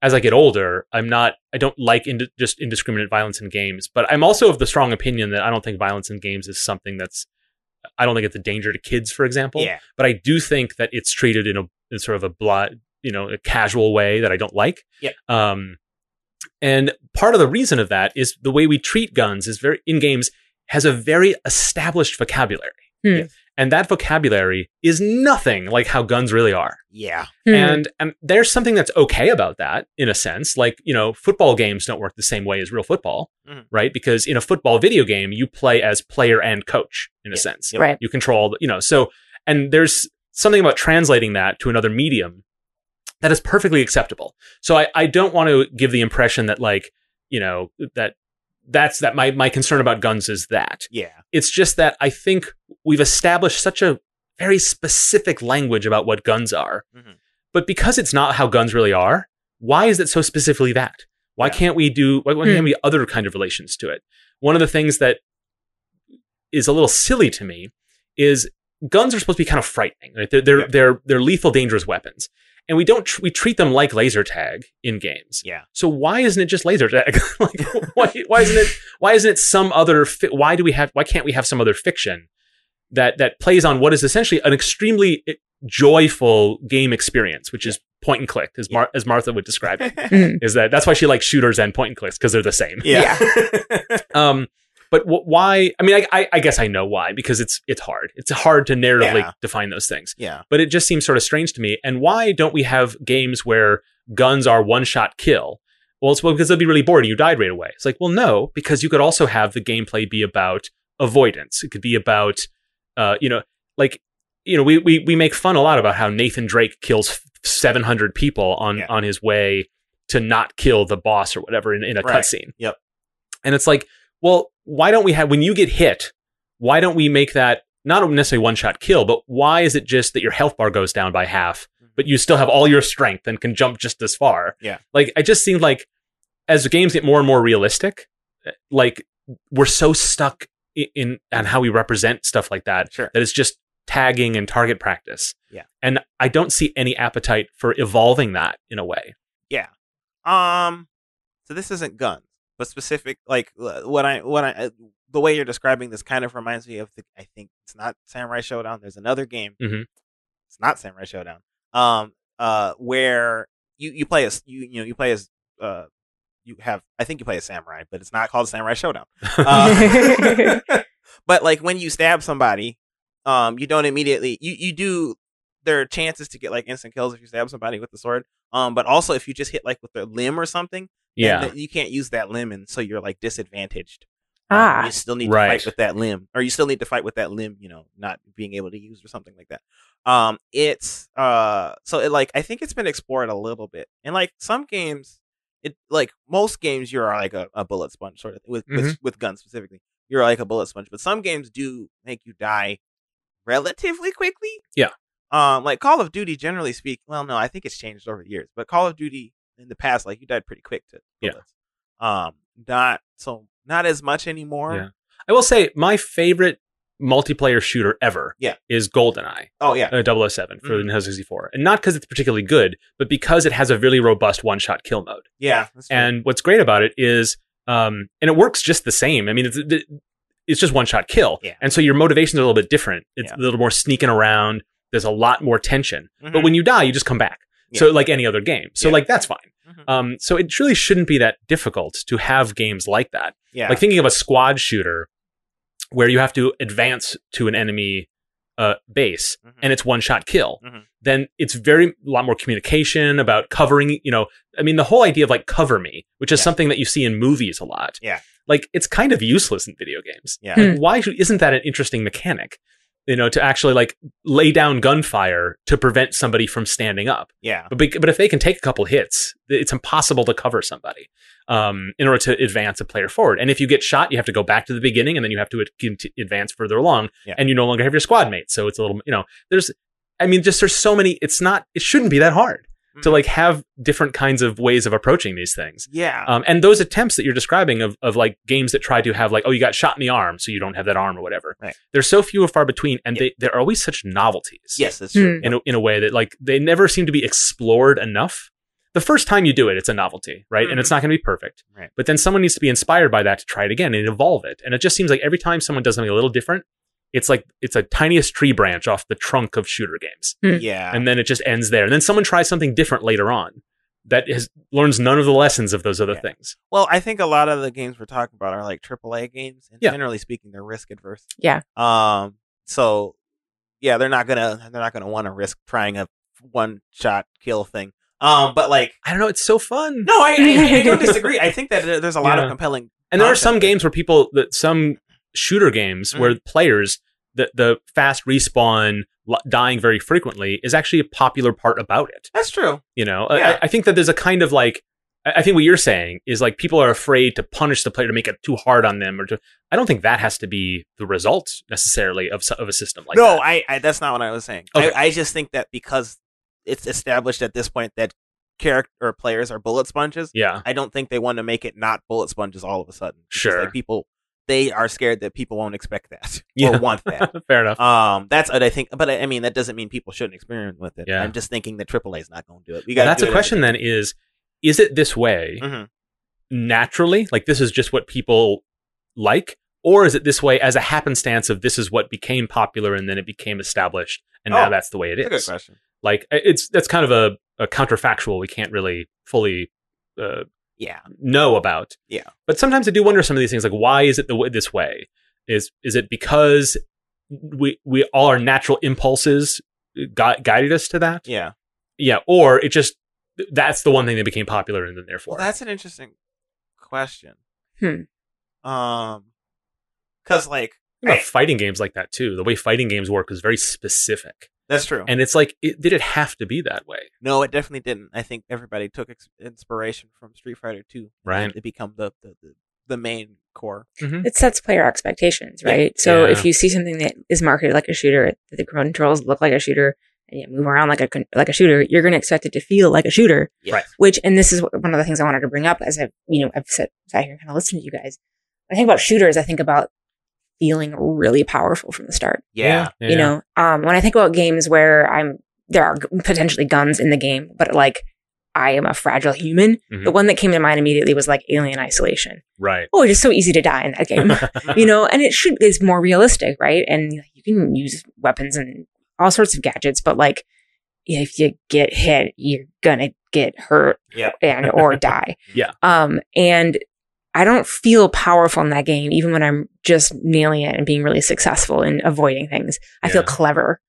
Speaker 3: as I get older, I'm not I don't like ind- just indiscriminate violence in games, but I'm also of the strong opinion that I don't think violence in games is something that's I don't think it's a danger to kids, for example.
Speaker 1: Yeah.
Speaker 3: But I do think that it's treated in a in sort of a blot, you know, a casual way that I don't like.
Speaker 1: Yeah.
Speaker 3: Um and part of the reason of that is the way we treat guns is very in games has a very established vocabulary.
Speaker 2: Hmm.
Speaker 1: Yes.
Speaker 3: And that vocabulary is nothing like how guns really are.
Speaker 1: Yeah.
Speaker 2: Hmm.
Speaker 3: And and there's something that's okay about that in a sense. Like, you know, football games don't work the same way as real football,
Speaker 1: Mhm.
Speaker 3: right? Because in a football video game, you play as player and coach in a
Speaker 1: Yeah.
Speaker 3: sense.
Speaker 1: Yep.
Speaker 2: Right.
Speaker 3: You control, you know, so and there's something about translating that to another medium that is perfectly acceptable. So I, I don't want to give the impression that like, you know, that that's that my my concern about guns is that.
Speaker 1: Yeah.
Speaker 3: It's just that I think we've established such a very specific language about what guns are.
Speaker 1: Mhm.
Speaker 3: But because it's not how guns really are, why is it so specifically that? Why
Speaker 1: Yeah.
Speaker 3: can't we do why, why
Speaker 2: Hmm.
Speaker 3: can't we other kind of relations to it? One of the things that is a little silly to me is guns are supposed to be kind of frightening. Right? They're they're,
Speaker 1: Yeah.
Speaker 3: they're they're lethal, dangerous weapons, and we don't tr- we treat them like laser tag in games.
Speaker 1: Yeah.
Speaker 3: So why isn't it just laser tag? like why, why isn't it why isn't it some other fi- why do we have why can't we have some other fiction that that plays on what is essentially an extremely eh, joyful game experience, which is point and click, as Mar- as Martha would describe it. Is that that's why she likes shooters and point and clicks because they're the same.
Speaker 1: yeah.
Speaker 3: Um, but wh- why? I mean, I, I I guess I know why because it's it's hard. It's hard to narratively
Speaker 1: Yeah.
Speaker 3: define those things.
Speaker 1: yeah.
Speaker 3: But it just seems sort of strange to me. And why don't we have games where guns are one shot kill? Well, it's well, because they'll be really bored and you died right away. It's like, well, no, because you could also have the gameplay be about avoidance. It could be about, uh, you know, like, you know, we, we we make fun a lot about how Nathan Drake kills 700 people on
Speaker 1: Yeah.
Speaker 3: on his way to not kill the boss or whatever in, in a
Speaker 1: Right.
Speaker 3: cutscene.
Speaker 1: Yep.
Speaker 3: And it's like, well, why don't we have when you get hit? Why don't we make that not necessarily one shot kill, but why is it just that your health bar goes down by half, but you still have all your strength and can jump just as far?
Speaker 1: Yeah.
Speaker 3: Like I just seemed like as the games get more and more realistic, like we're so stuck in, in on how we represent stuff like that
Speaker 1: Sure.
Speaker 3: that it's just tagging and target practice.
Speaker 1: Yeah.
Speaker 3: And I don't see any appetite for evolving that in a way.
Speaker 1: Yeah. Um. So this isn't guns, but specific like l- what I what I uh, the way you're describing this kind of reminds me of the I think it's not Samurai Showdown. There's another game.
Speaker 3: Mhm.
Speaker 1: It's not Samurai Showdown. Um. Uh. Where you you play as you you know you play as uh you have I think you play as samurai, but it's not called Samurai Showdown. Uh, but like when you stab somebody, um, you don't immediately you you do there are chances to get like instant kills if you stab somebody with the sword. Um, but also if you just hit like with their limb or something, then
Speaker 3: Yeah.
Speaker 1: th- you can't use that limb, and so you're like disadvantaged. Um,
Speaker 2: ah,
Speaker 1: you still need to
Speaker 3: right.
Speaker 1: fight with that limb, or you still need to fight with that limb, you know, not being able to use or something like that. Um, it's uh, so it like I think it's been explored a little bit, and like some games, it like most games you're like a, a bullet sponge sort of with
Speaker 3: Mm-hmm.
Speaker 1: with, with guns specifically, you're like a bullet sponge, but some games do make you die relatively quickly.
Speaker 3: Yeah.
Speaker 1: Um, like Call of Duty, generally speak, well, no, I think it's changed over the years, but Call of Duty in the past, like you died pretty quick to
Speaker 3: Yeah.
Speaker 1: bullets. Um, not so not as much anymore.
Speaker 3: Yeah. I will say my favorite multiplayer shooter ever
Speaker 1: Yeah.
Speaker 3: is GoldenEye.
Speaker 1: Oh yeah,
Speaker 3: uh, 007 for the
Speaker 1: Mhm.
Speaker 3: Nintendo 64. And not because it's particularly good, but because it has a really robust one shot kill mode.
Speaker 1: yeah. that's true.
Speaker 3: And what's great about it is, um, and it works just the same. I mean, it's it's just one shot kill.
Speaker 1: Yeah.
Speaker 3: And so your motivations are a little bit different. It's
Speaker 1: Yeah.
Speaker 3: a little more sneaking around. There's a lot more tension. But
Speaker 1: Mhm.
Speaker 3: when you die, you just come back. So
Speaker 1: Yeah.
Speaker 3: like any other game. So
Speaker 1: Yeah.
Speaker 3: like that's fine.
Speaker 1: Mhm.
Speaker 3: Um, so it really shouldn't be that difficult to have games like that
Speaker 1: yeah,
Speaker 3: like thinking of a squad shooter where you have to advance to an enemy uh, base
Speaker 1: Mhm.
Speaker 3: and it's one shot kill
Speaker 1: Mhm.
Speaker 3: then it's very a lot more communication about covering you know i mean the whole idea of like cover me which is
Speaker 1: Yeah.
Speaker 3: something that you see in movies a lot
Speaker 1: Yeah.
Speaker 3: like it's kind of useless in video games
Speaker 1: yeah,
Speaker 2: Hmm.
Speaker 3: like, why should, isn't that an interesting mechanic you know to actually like lay down gunfire to prevent somebody from standing up
Speaker 1: yeah,
Speaker 3: but, bec- but if they can take a couple hits, th- it's impossible to cover somebody um, in order to advance a player forward. And if you get shot, you have to go back to the beginning, and then you have to ad- cont- advance further along,
Speaker 1: Yeah.
Speaker 3: and you no longer have your squad mate. So it's a little, you know, there's, I mean, just there's so many. It's not, it shouldn't be that hard to
Speaker 1: Mhm.
Speaker 3: like have different kinds of ways of approaching these things.
Speaker 1: yeah.
Speaker 3: Um, and those attempts that you're describing of of like games that try to have like, oh, you got shot in the arm, so you don't have that arm or whatever.
Speaker 1: Right.
Speaker 3: There's so few and far between, and
Speaker 1: Yeah.
Speaker 3: they they're always such novelties
Speaker 1: yes, that's true.
Speaker 2: Mm,
Speaker 3: in a, in a way that like they never seem to be explored enough. The first time you do it, it's a novelty, right? And it's not going to be perfect.
Speaker 1: Mm-hmm. Right.
Speaker 3: But then someone needs to be inspired by that to try it again and evolve it. And it just seems like every time someone does something a little different, it's like it's a tiniest tree branch off the trunk of shooter games.
Speaker 2: Mm.
Speaker 1: Yeah,
Speaker 3: And then it just ends there. And then someone tries something different later on that has learns none of the lessons of those other
Speaker 1: Yeah.
Speaker 3: things.
Speaker 1: well, I think a lot of the games we're talking about are like AAA games, and
Speaker 3: Yeah.
Speaker 1: generally speaking, they're risk adverse.
Speaker 2: Yeah.
Speaker 1: Um. So, yeah, they're not gonna they're not gonna want to risk trying a one shot kill thing. Um. But like,
Speaker 3: I don't know, it's so fun.
Speaker 1: no, I, I, I don't disagree. I think that there- there's a lot
Speaker 3: Yeah.
Speaker 1: of compelling.
Speaker 3: And there are some
Speaker 1: content.
Speaker 3: games where people that some shooter games where players the the fast respawn lo- dying very frequently is actually a popular part about it.
Speaker 1: That's true.
Speaker 3: You know,
Speaker 1: Yeah.
Speaker 3: I, I think that there's a kind of like I I think what you're saying is like people are afraid to punish the player to make it too hard on them or to. I don't think that has to be the result necessarily of s- of a system like
Speaker 1: no,
Speaker 3: that.
Speaker 1: I, I that's not what I was saying.
Speaker 3: Okay.
Speaker 1: I, I just think that because it's established at this point that character or players are bullet sponges,
Speaker 3: Yeah,
Speaker 1: I don't think they want to make it not bullet sponges all of a sudden. Because,
Speaker 3: Sure.
Speaker 1: like, people they are scared that people won't expect that
Speaker 3: Yeah.
Speaker 1: or want that.
Speaker 3: fair enough.
Speaker 1: um, that's what I think. But I, I mean, that doesn't mean people shouldn't experiment with it.
Speaker 3: Yeah.
Speaker 1: I'm just thinking that AAA is not going to do it. We
Speaker 3: Well,
Speaker 1: got
Speaker 3: that's a question then: is is it this way?
Speaker 1: hmm
Speaker 3: naturally, like this is just what people like, or is it this way as a happenstance of this is what became popular and then it became established and now
Speaker 1: Oh,
Speaker 3: that's the way it
Speaker 1: That's a good
Speaker 3: is.
Speaker 1: question.
Speaker 3: Like i- it's that's kind of a, a counterfactual we can't really fully uh,
Speaker 1: Yeah.
Speaker 3: know about.
Speaker 1: Yeah.
Speaker 3: But sometimes I do wonder some of these things, like why is it the way, this way? Is is it because we we all our natural impulses gu- guided us to that?
Speaker 1: Yeah.
Speaker 3: Yeah, or it just that's the one thing that became popular, and then therefore,
Speaker 1: Well, that's an interesting question.
Speaker 2: Hmm.
Speaker 1: Um, because like
Speaker 3: Think about
Speaker 1: Hey.
Speaker 3: fighting games like that too. The way fighting games work is very specific,
Speaker 1: that's true.
Speaker 3: and it's like, it, did it have to be that way?
Speaker 1: no, it definitely didn't. I think everybody took ex- inspiration from Street Fighter Two,
Speaker 3: Right.
Speaker 1: To become the the, the, the main core.
Speaker 2: It sets player expectations,
Speaker 1: Yeah.
Speaker 2: right? So
Speaker 3: Yeah.
Speaker 2: if you see something that is marketed like a shooter, that the controls look like a shooter, and you move around like a con- like a shooter, you're going to expect it to feel like a shooter.
Speaker 1: Yes.
Speaker 3: Right.
Speaker 2: Which, and this is wh- one of the things I wanted to bring up as I, you know, I've sat, sat here and kind of listened to you guys. When I think about shooters, I think about feeling really powerful from the start.
Speaker 1: Yeah.
Speaker 2: you know um when i think about games where i'm there are g- potentially guns in the game but like i am a fragile human
Speaker 3: Mhm.
Speaker 1: Mm-hmm.
Speaker 2: the one that came to mind immediately was like alien isolation
Speaker 3: right?
Speaker 2: oh it is so easy to die in that game you know and it should it's more realistic right and you can use weapons and all sorts of gadgets but like if you get hit you're gonna get hurt
Speaker 1: Yeah.
Speaker 2: and or die
Speaker 1: Mm-hmm.
Speaker 3: Yeah.
Speaker 2: um and i don't feel powerful in that game even when i'm just nailing it and being really successful in avoiding things i feel
Speaker 3: Yeah.
Speaker 2: clever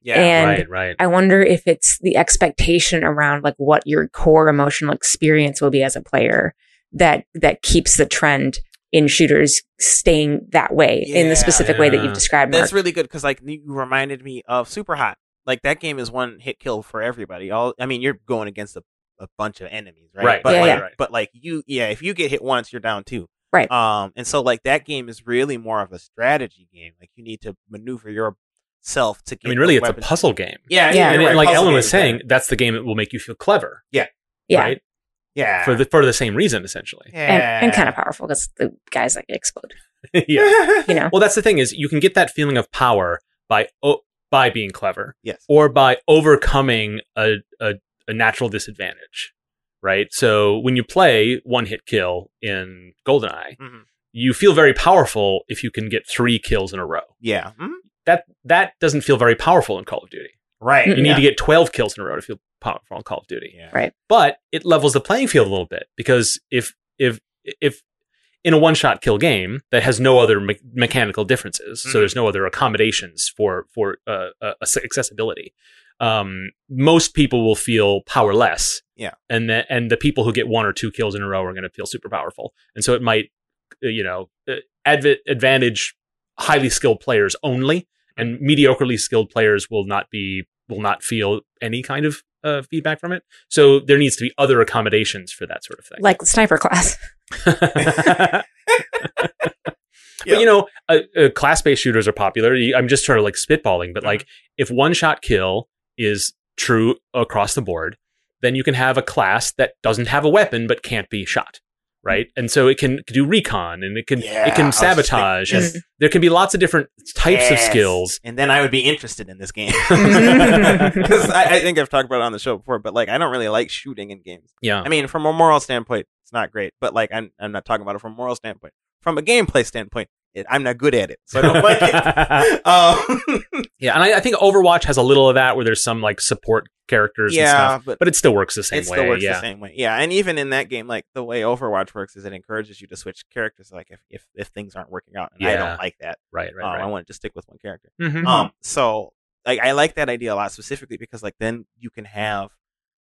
Speaker 1: Yeah.
Speaker 2: and
Speaker 3: right, right.
Speaker 2: I wonder if it's the expectation around like what your core emotional experience will be as a player that that keeps the trend in shooters staying that way in
Speaker 1: Yeah.
Speaker 2: the specific way that
Speaker 3: Yeah.
Speaker 2: you've described. Mark.
Speaker 1: That's really good because like you reminded me of Super Hot. Like that game is one hit kill for everybody. All I mean, you're going against a, a bunch of enemies, right?
Speaker 3: Right,
Speaker 1: But
Speaker 2: yeah,
Speaker 1: like,
Speaker 3: yeah.
Speaker 1: but like you, yeah, if you get hit once, you're down two.
Speaker 2: Right.
Speaker 1: Um, and so like that game is really more of a strategy game. Like you need to maneuver yourself to get.
Speaker 3: I mean, really,
Speaker 1: the
Speaker 3: it's a
Speaker 1: weapons.
Speaker 3: puzzle game.
Speaker 1: Yeah,
Speaker 2: Yeah.
Speaker 1: you're
Speaker 3: and it-
Speaker 1: right,
Speaker 3: like
Speaker 1: puzzle
Speaker 3: Ellen
Speaker 1: game
Speaker 3: was
Speaker 1: is
Speaker 3: saying,
Speaker 1: better.
Speaker 3: that's the game that will make you feel clever.
Speaker 2: yeah.
Speaker 3: right?
Speaker 1: yeah,
Speaker 3: For the for the same reason, essentially.
Speaker 1: yeah.
Speaker 2: And, and kind of powerful because the guys like explode,
Speaker 3: yeah.
Speaker 2: you know?
Speaker 3: Well, that's the thing is you can get that feeling of power by o by being clever
Speaker 1: yes.
Speaker 3: or by overcoming a, a a natural disadvantage, right? So when you play one hit kill in Goldeneye,
Speaker 1: Mhm.
Speaker 3: you feel very powerful if you can get three kills in a row.
Speaker 1: Yeah.
Speaker 2: Mm-hmm.
Speaker 1: Mhm.
Speaker 3: That that doesn't feel very powerful in Call of Duty.
Speaker 1: Right.
Speaker 2: You
Speaker 3: You
Speaker 1: yeah.
Speaker 3: need to get twelve kills in a row to feel powerful in Call of Duty.
Speaker 1: Yeah.
Speaker 2: Right.
Speaker 3: But it levels the playing field a little bit because if if if in a one shot kill game that has no other me- mechanical differences,
Speaker 1: Mhm.
Speaker 3: so there's no other accommodations for for uh, uh, ac- accessibility. Um, most people will feel powerless.
Speaker 1: Yeah.
Speaker 3: and the, and the people who get one or two kills in a row are going to feel super powerful, and so it might uh, you know uh, adv- advantage highly skilled players only and mediocrely skilled players will not be will not feel any kind of uh, feedback from it. So there needs to be other accommodations for that sort of thing.
Speaker 2: Like sniper class.
Speaker 1: Yeah.
Speaker 3: But you know, uh, uh, class-based shooters are popular. You- I'm just sort of like spitballing,
Speaker 1: Uh-huh.
Speaker 3: but like if one-shot kill is true across the board, then you can have a class that doesn't have a weapon but can't be shot, right? And so it can do recon and it can
Speaker 1: Yeah,
Speaker 3: it
Speaker 1: I
Speaker 3: can
Speaker 1: was just thinking-
Speaker 3: sabotage. and
Speaker 2: Mm-hmm.
Speaker 1: yes.
Speaker 3: there can be lots of different types of
Speaker 1: Yes.
Speaker 3: skills.
Speaker 1: And then I would be interested in this game.
Speaker 2: Mhm.
Speaker 1: Because I, I think I've talked about it on the show before, but like I don't really like shooting in games.
Speaker 3: Yeah.
Speaker 1: I mean, from a moral standpoint, it's not great, but like I'm, I'm not talking about it from a moral standpoint. From a gameplay standpoint, it, I'm not good at it, so I don't like it. Um,
Speaker 3: Yeah, and I, I think Overwatch has a little of that where there's some like support characters and
Speaker 1: yeah,
Speaker 3: stuff,
Speaker 1: but,
Speaker 3: but it still works the same
Speaker 1: it
Speaker 3: way.
Speaker 1: still works
Speaker 3: yeah.
Speaker 1: the same way. Yeah, and even in that game, like the way Overwatch works is it encourages you to switch characters, like if if, if things aren't working out, and I
Speaker 3: Yeah.
Speaker 1: don't like that.
Speaker 3: Right, right,
Speaker 1: um,
Speaker 3: right.
Speaker 1: I want to just stick with one character.
Speaker 3: Mhm.
Speaker 1: Um, so like I like that idea a lot specifically because like then you can have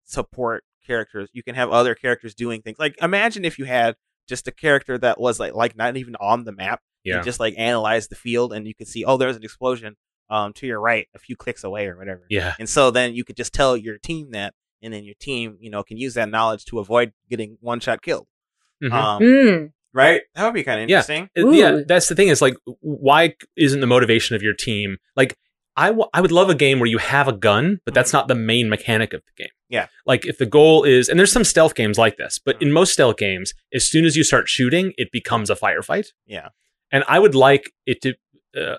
Speaker 1: support characters. You can have other characters doing things. Like imagine if you had just a character that was like like not even on the map.
Speaker 3: Yeah.
Speaker 1: You just like analyze the field and you could see, oh, there's an explosion um to your right a few clicks away or whatever.
Speaker 3: yeah.
Speaker 1: And so then you could just tell your team that and then your team, you know, can use that knowledge to avoid getting one shot killed.
Speaker 3: Mhm.
Speaker 1: Um
Speaker 2: Mm.
Speaker 1: right? That would be kind of
Speaker 3: Yeah.
Speaker 1: interesting.
Speaker 3: Uh, yeah,
Speaker 2: Ooh.
Speaker 3: that's the thing is like, why isn't the motivation of your team like? I wa- I would love a game where you have a gun, but that's not the main mechanic of the game.
Speaker 1: Mm-hmm. Yeah. Mm-hmm.
Speaker 3: Like if the goal is, and there's some stealth games like this, but in most stealth games, as soon as you start shooting, it becomes a firefight.
Speaker 1: Yeah.
Speaker 3: And I would like it to. Uh,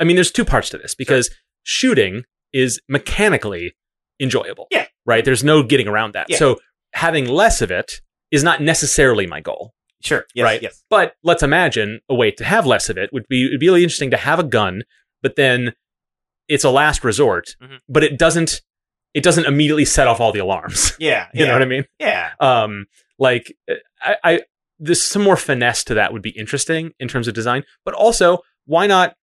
Speaker 3: I mean, there's two parts to this because shooting is mechanically enjoyable.
Speaker 1: Yeah.
Speaker 3: Right. There's no getting around that.
Speaker 1: Yeah.
Speaker 3: So having less of it is not necessarily my goal.
Speaker 1: Sure. Yes,
Speaker 3: Right.
Speaker 1: Yes.
Speaker 3: But let's imagine a way to have less of it would be it'd be really interesting to have a gun, but then it's a last resort,
Speaker 1: Mhm.
Speaker 3: but it doesn't it doesn't immediately set off all the alarms.
Speaker 1: Yeah,
Speaker 3: you know what I mean?
Speaker 1: Yeah,
Speaker 3: Um, like I, I there's some more finesse to that would be interesting in terms of design, but also why not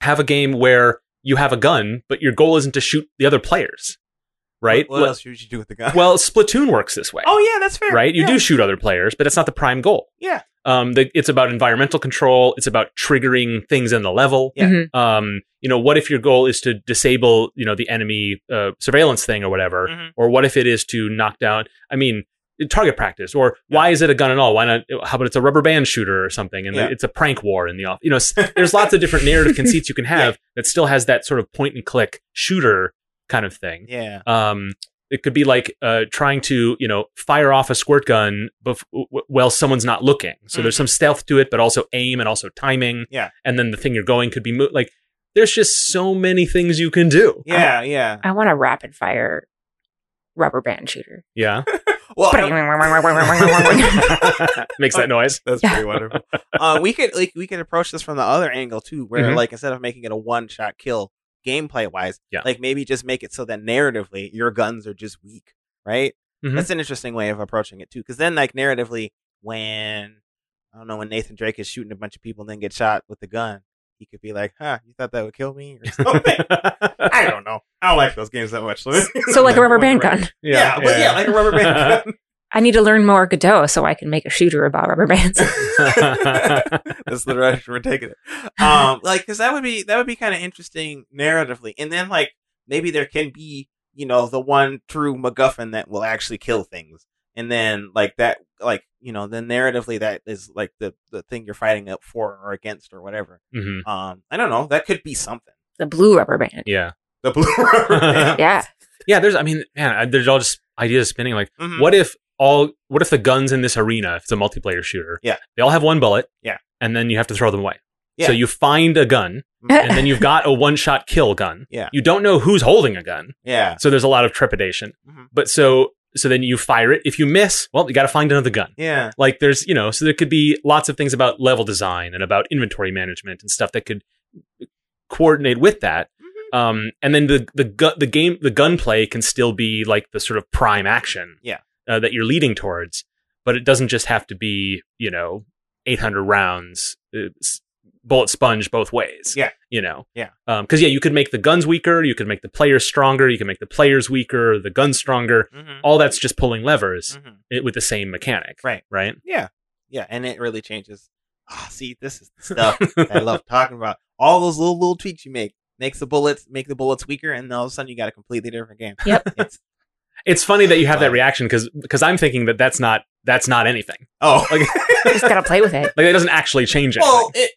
Speaker 3: have a game where you have a gun, but your goal isn't to shoot the other players, right?
Speaker 1: What, what
Speaker 3: Le-
Speaker 1: else should you do with the gun?
Speaker 3: Well, Splatoon works this way,
Speaker 1: oh yeah, that's fair.
Speaker 3: right? You
Speaker 1: yeah.
Speaker 3: do shoot other players, but it's not the prime goal.
Speaker 1: Yeah.
Speaker 3: Um, the, it's about environmental control. It's about triggering things in the level.
Speaker 1: Yeah.
Speaker 2: Mhm.
Speaker 3: Um, you know, what if your goal is to disable, you know, the enemy uh, surveillance thing or whatever,
Speaker 1: Mhm.
Speaker 3: or what if it is to knock down? I mean, target practice, or why is it a gun at all? Why not? How about it's a rubber band shooter or something, and
Speaker 1: Yeah.
Speaker 3: it's a prank war in the off. You know, s- there's lots of different narrative conceits you can have that still has that sort of point and click shooter kind of thing.
Speaker 1: Yeah.
Speaker 3: Um, it could be like uh, trying to, you know, fire off a squirt gun bef- w- w- while someone's not looking. So there's some stealth to it, but also aim and also timing.
Speaker 1: Mm-hmm. Yeah.
Speaker 3: And then the thing you're going could be mo- like, there's just so many things you can do.
Speaker 1: Yeah, yeah.
Speaker 2: I want a rapid fire rubber band shooter.
Speaker 3: Yeah.
Speaker 1: Well,
Speaker 3: Makes that noise.
Speaker 1: That's
Speaker 2: Yeah.
Speaker 1: pretty wonderful. Uh, we could like we could approach this from the other angle too, where
Speaker 3: Mhm.
Speaker 1: like instead of making it a one shot kill gameplay wise,
Speaker 3: Yeah.
Speaker 1: like maybe just make it so that narratively your guns are just weak, right?
Speaker 3: Mhm.
Speaker 1: That's an interesting way of approaching it too, because then like narratively, when I don't know when Nathan Drake is shooting a bunch of people and then get shot with the gun, he could be like, "Huh, you thought that would kill me?" or something. I don't know. I don't like those games that much.
Speaker 2: So like a rubber band gun.
Speaker 1: Yeah, but yeah, like a rubber band gun.
Speaker 2: I need to learn more Godot so I can make a shooter about rubber bands.
Speaker 1: That's the direction we're taking it. Um, like, because that would be that would be kind of interesting narratively, and then like maybe there can be you know the one true MacGuffin that will actually kill things, and then like that like you know then narratively that is like the the thing you're fighting up for or against or whatever.
Speaker 3: Mhm.
Speaker 1: Um, I don't know. That could be something.
Speaker 2: the blue rubber band.
Speaker 3: Yeah.
Speaker 1: The blue rubber. band.
Speaker 2: Yeah.
Speaker 3: Yeah. There's, I mean, man, I- there's all just ideas spinning like,
Speaker 1: Mhm.
Speaker 3: What if all? What if the guns in this arena, if it's a multiplayer shooter,
Speaker 1: Yeah.
Speaker 3: they all have one bullet,
Speaker 1: Yeah.
Speaker 3: and then you have to throw them away.
Speaker 1: Yeah.
Speaker 3: So you find a gun, and then you've got a one-shot kill gun.
Speaker 1: Yeah.
Speaker 3: You don't know who's holding a gun,
Speaker 1: Yeah.
Speaker 3: so there's a lot of trepidation.
Speaker 1: Mhm.
Speaker 3: But so so then you fire it. If you miss, well, you got to find another gun.
Speaker 1: Yeah.
Speaker 3: Like there's you know, so there could be lots of things about level design and about inventory management and stuff that could coordinate with that.
Speaker 1: Mm-hmm.
Speaker 3: Um, and then the the gu- the game the gunplay can still be like the sort of prime action
Speaker 1: Yeah.
Speaker 3: uh, that you're leading towards, but it doesn't just have to be you know 800 rounds uh, s- bullet sponge both ways.
Speaker 1: Yeah.
Speaker 3: you know.
Speaker 1: Yeah.
Speaker 3: because yeah, you could make the guns weaker, you could make the players stronger, you can make the players weaker, the guns stronger.
Speaker 1: Mhm.
Speaker 3: All that's just pulling levers
Speaker 1: Mhm.
Speaker 3: it, with the same mechanic.
Speaker 1: Right.
Speaker 3: Right.
Speaker 1: Yeah. Yeah. And it really changes. Ah, see, this is the stuff that I love talking about. All those little little tweaks you make makes the bullets make the bullets weaker, and all of a sudden you got a completely different game.
Speaker 2: Yep.
Speaker 1: It's,
Speaker 3: It's funny that you have that
Speaker 1: Wow.
Speaker 3: reaction because because I'm thinking that that's not that's not anything.
Speaker 1: oh,
Speaker 3: Like
Speaker 2: Just gotta play with it.
Speaker 3: like that doesn't actually change anything.
Speaker 1: well, it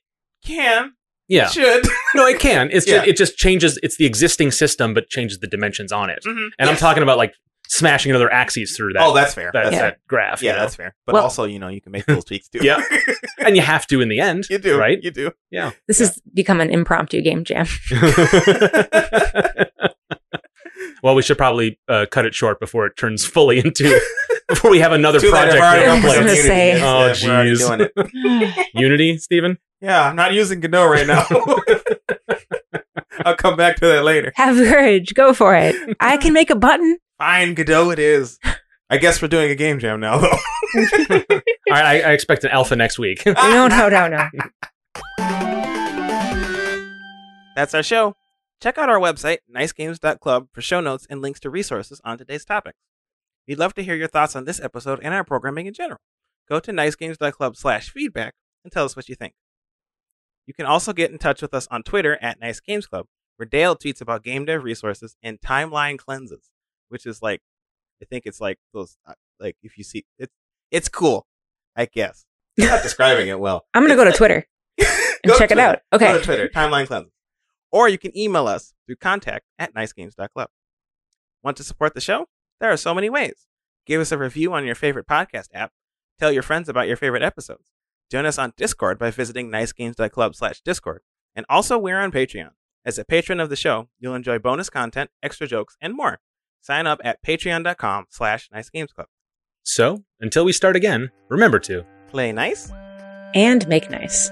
Speaker 1: can,
Speaker 3: yeah.
Speaker 1: should. Mm-hmm.
Speaker 3: No, it can. It's
Speaker 1: Yeah.
Speaker 3: just, it just changes. It's the existing system, but changes the dimensions on it.
Speaker 1: Mhm.
Speaker 3: And I'm
Speaker 1: Yes.
Speaker 3: talking about like smashing another axis through that.
Speaker 1: oh, that's fair.
Speaker 3: that,
Speaker 1: that's
Speaker 3: that
Speaker 1: fair.
Speaker 3: graph.
Speaker 1: Yeah,
Speaker 3: you know?
Speaker 1: that's fair. But
Speaker 2: Well-
Speaker 1: also, you know, you can make those tweaks too.
Speaker 3: Yeah. and you have to in the end.
Speaker 1: you do.
Speaker 3: right.
Speaker 1: You do.
Speaker 2: This has become an impromptu game jam.
Speaker 3: well, we should probably uh, cut it short before it turns fully into before we have another
Speaker 1: Too bad I've
Speaker 3: project.
Speaker 1: already
Speaker 3: that
Speaker 2: I
Speaker 3: we're
Speaker 2: was
Speaker 1: uploaded
Speaker 2: gonna
Speaker 3: playing.
Speaker 1: Unity,
Speaker 2: say.
Speaker 1: yes,
Speaker 3: Oh,
Speaker 1: yes, we're already
Speaker 3: jeez.
Speaker 1: doing it.
Speaker 3: Unity, Stephen.
Speaker 1: Yeah, I'm not using Godot right now. I'll come back to that later.
Speaker 2: Have courage. Go for it. I can make a button.
Speaker 1: Fine, Godot it is. I guess we're doing a game jam now, though.
Speaker 3: All right, I, I expect an alpha next week.
Speaker 2: No, no, no, no.
Speaker 1: That's our show. Check out our website, nicegames.club, for show notes and links to resources on today's topics. We'd love to hear your thoughts on this episode and our programming in general. Go to nicegames.club slash feedback and tell us what you think. You can also get in touch with us on Twitter at nicegamesclub, where Dale tweets about game dev resources and timeline cleanses, which is like, I think it's like those, uh, like if you see, it's, it's cool, I guess. I'm not describing it well.
Speaker 2: I'm gonna go to Twitter and
Speaker 1: Go
Speaker 2: check
Speaker 1: to
Speaker 2: it out. Okay.
Speaker 1: Go to Twitter, Timeline Cleanse. Or you can email us through contact at nicegames.club. Want to support the show? There are so many ways. Give us a review on your favorite podcast app. Tell your friends about your favorite episodes. Join us on Discord by visiting nicegames.club slash Discord. And also, we're on Patreon. As a patron of the show, you'll enjoy bonus content, extra jokes, and more. Sign up at patreon.com slash nicegamesclub.
Speaker 3: so until we start again, remember to.
Speaker 1: Play nice.
Speaker 2: and make nice.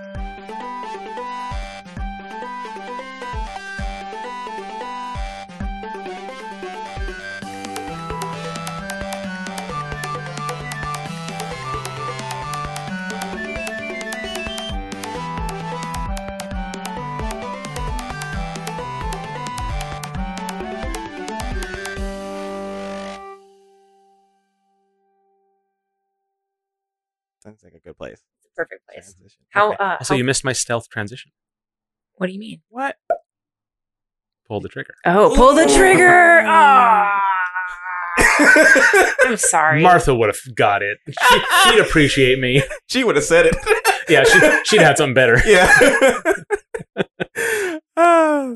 Speaker 1: Sounds like a good place.
Speaker 2: It's a perfect place.
Speaker 1: Transition.
Speaker 2: How?
Speaker 1: Okay.
Speaker 2: Uh,
Speaker 3: Also,
Speaker 2: how-
Speaker 3: you missed my stealth transition.
Speaker 2: what do you mean?
Speaker 1: What?
Speaker 3: Pull the trigger.
Speaker 2: Oh, pull the
Speaker 1: Ooh.
Speaker 2: trigger! Ah. I'm sorry.
Speaker 3: Martha would have got it. She, she'd appreciate me.
Speaker 1: she would have said it.
Speaker 3: Yeah, she, she'd had something better.
Speaker 1: yeah. Ah.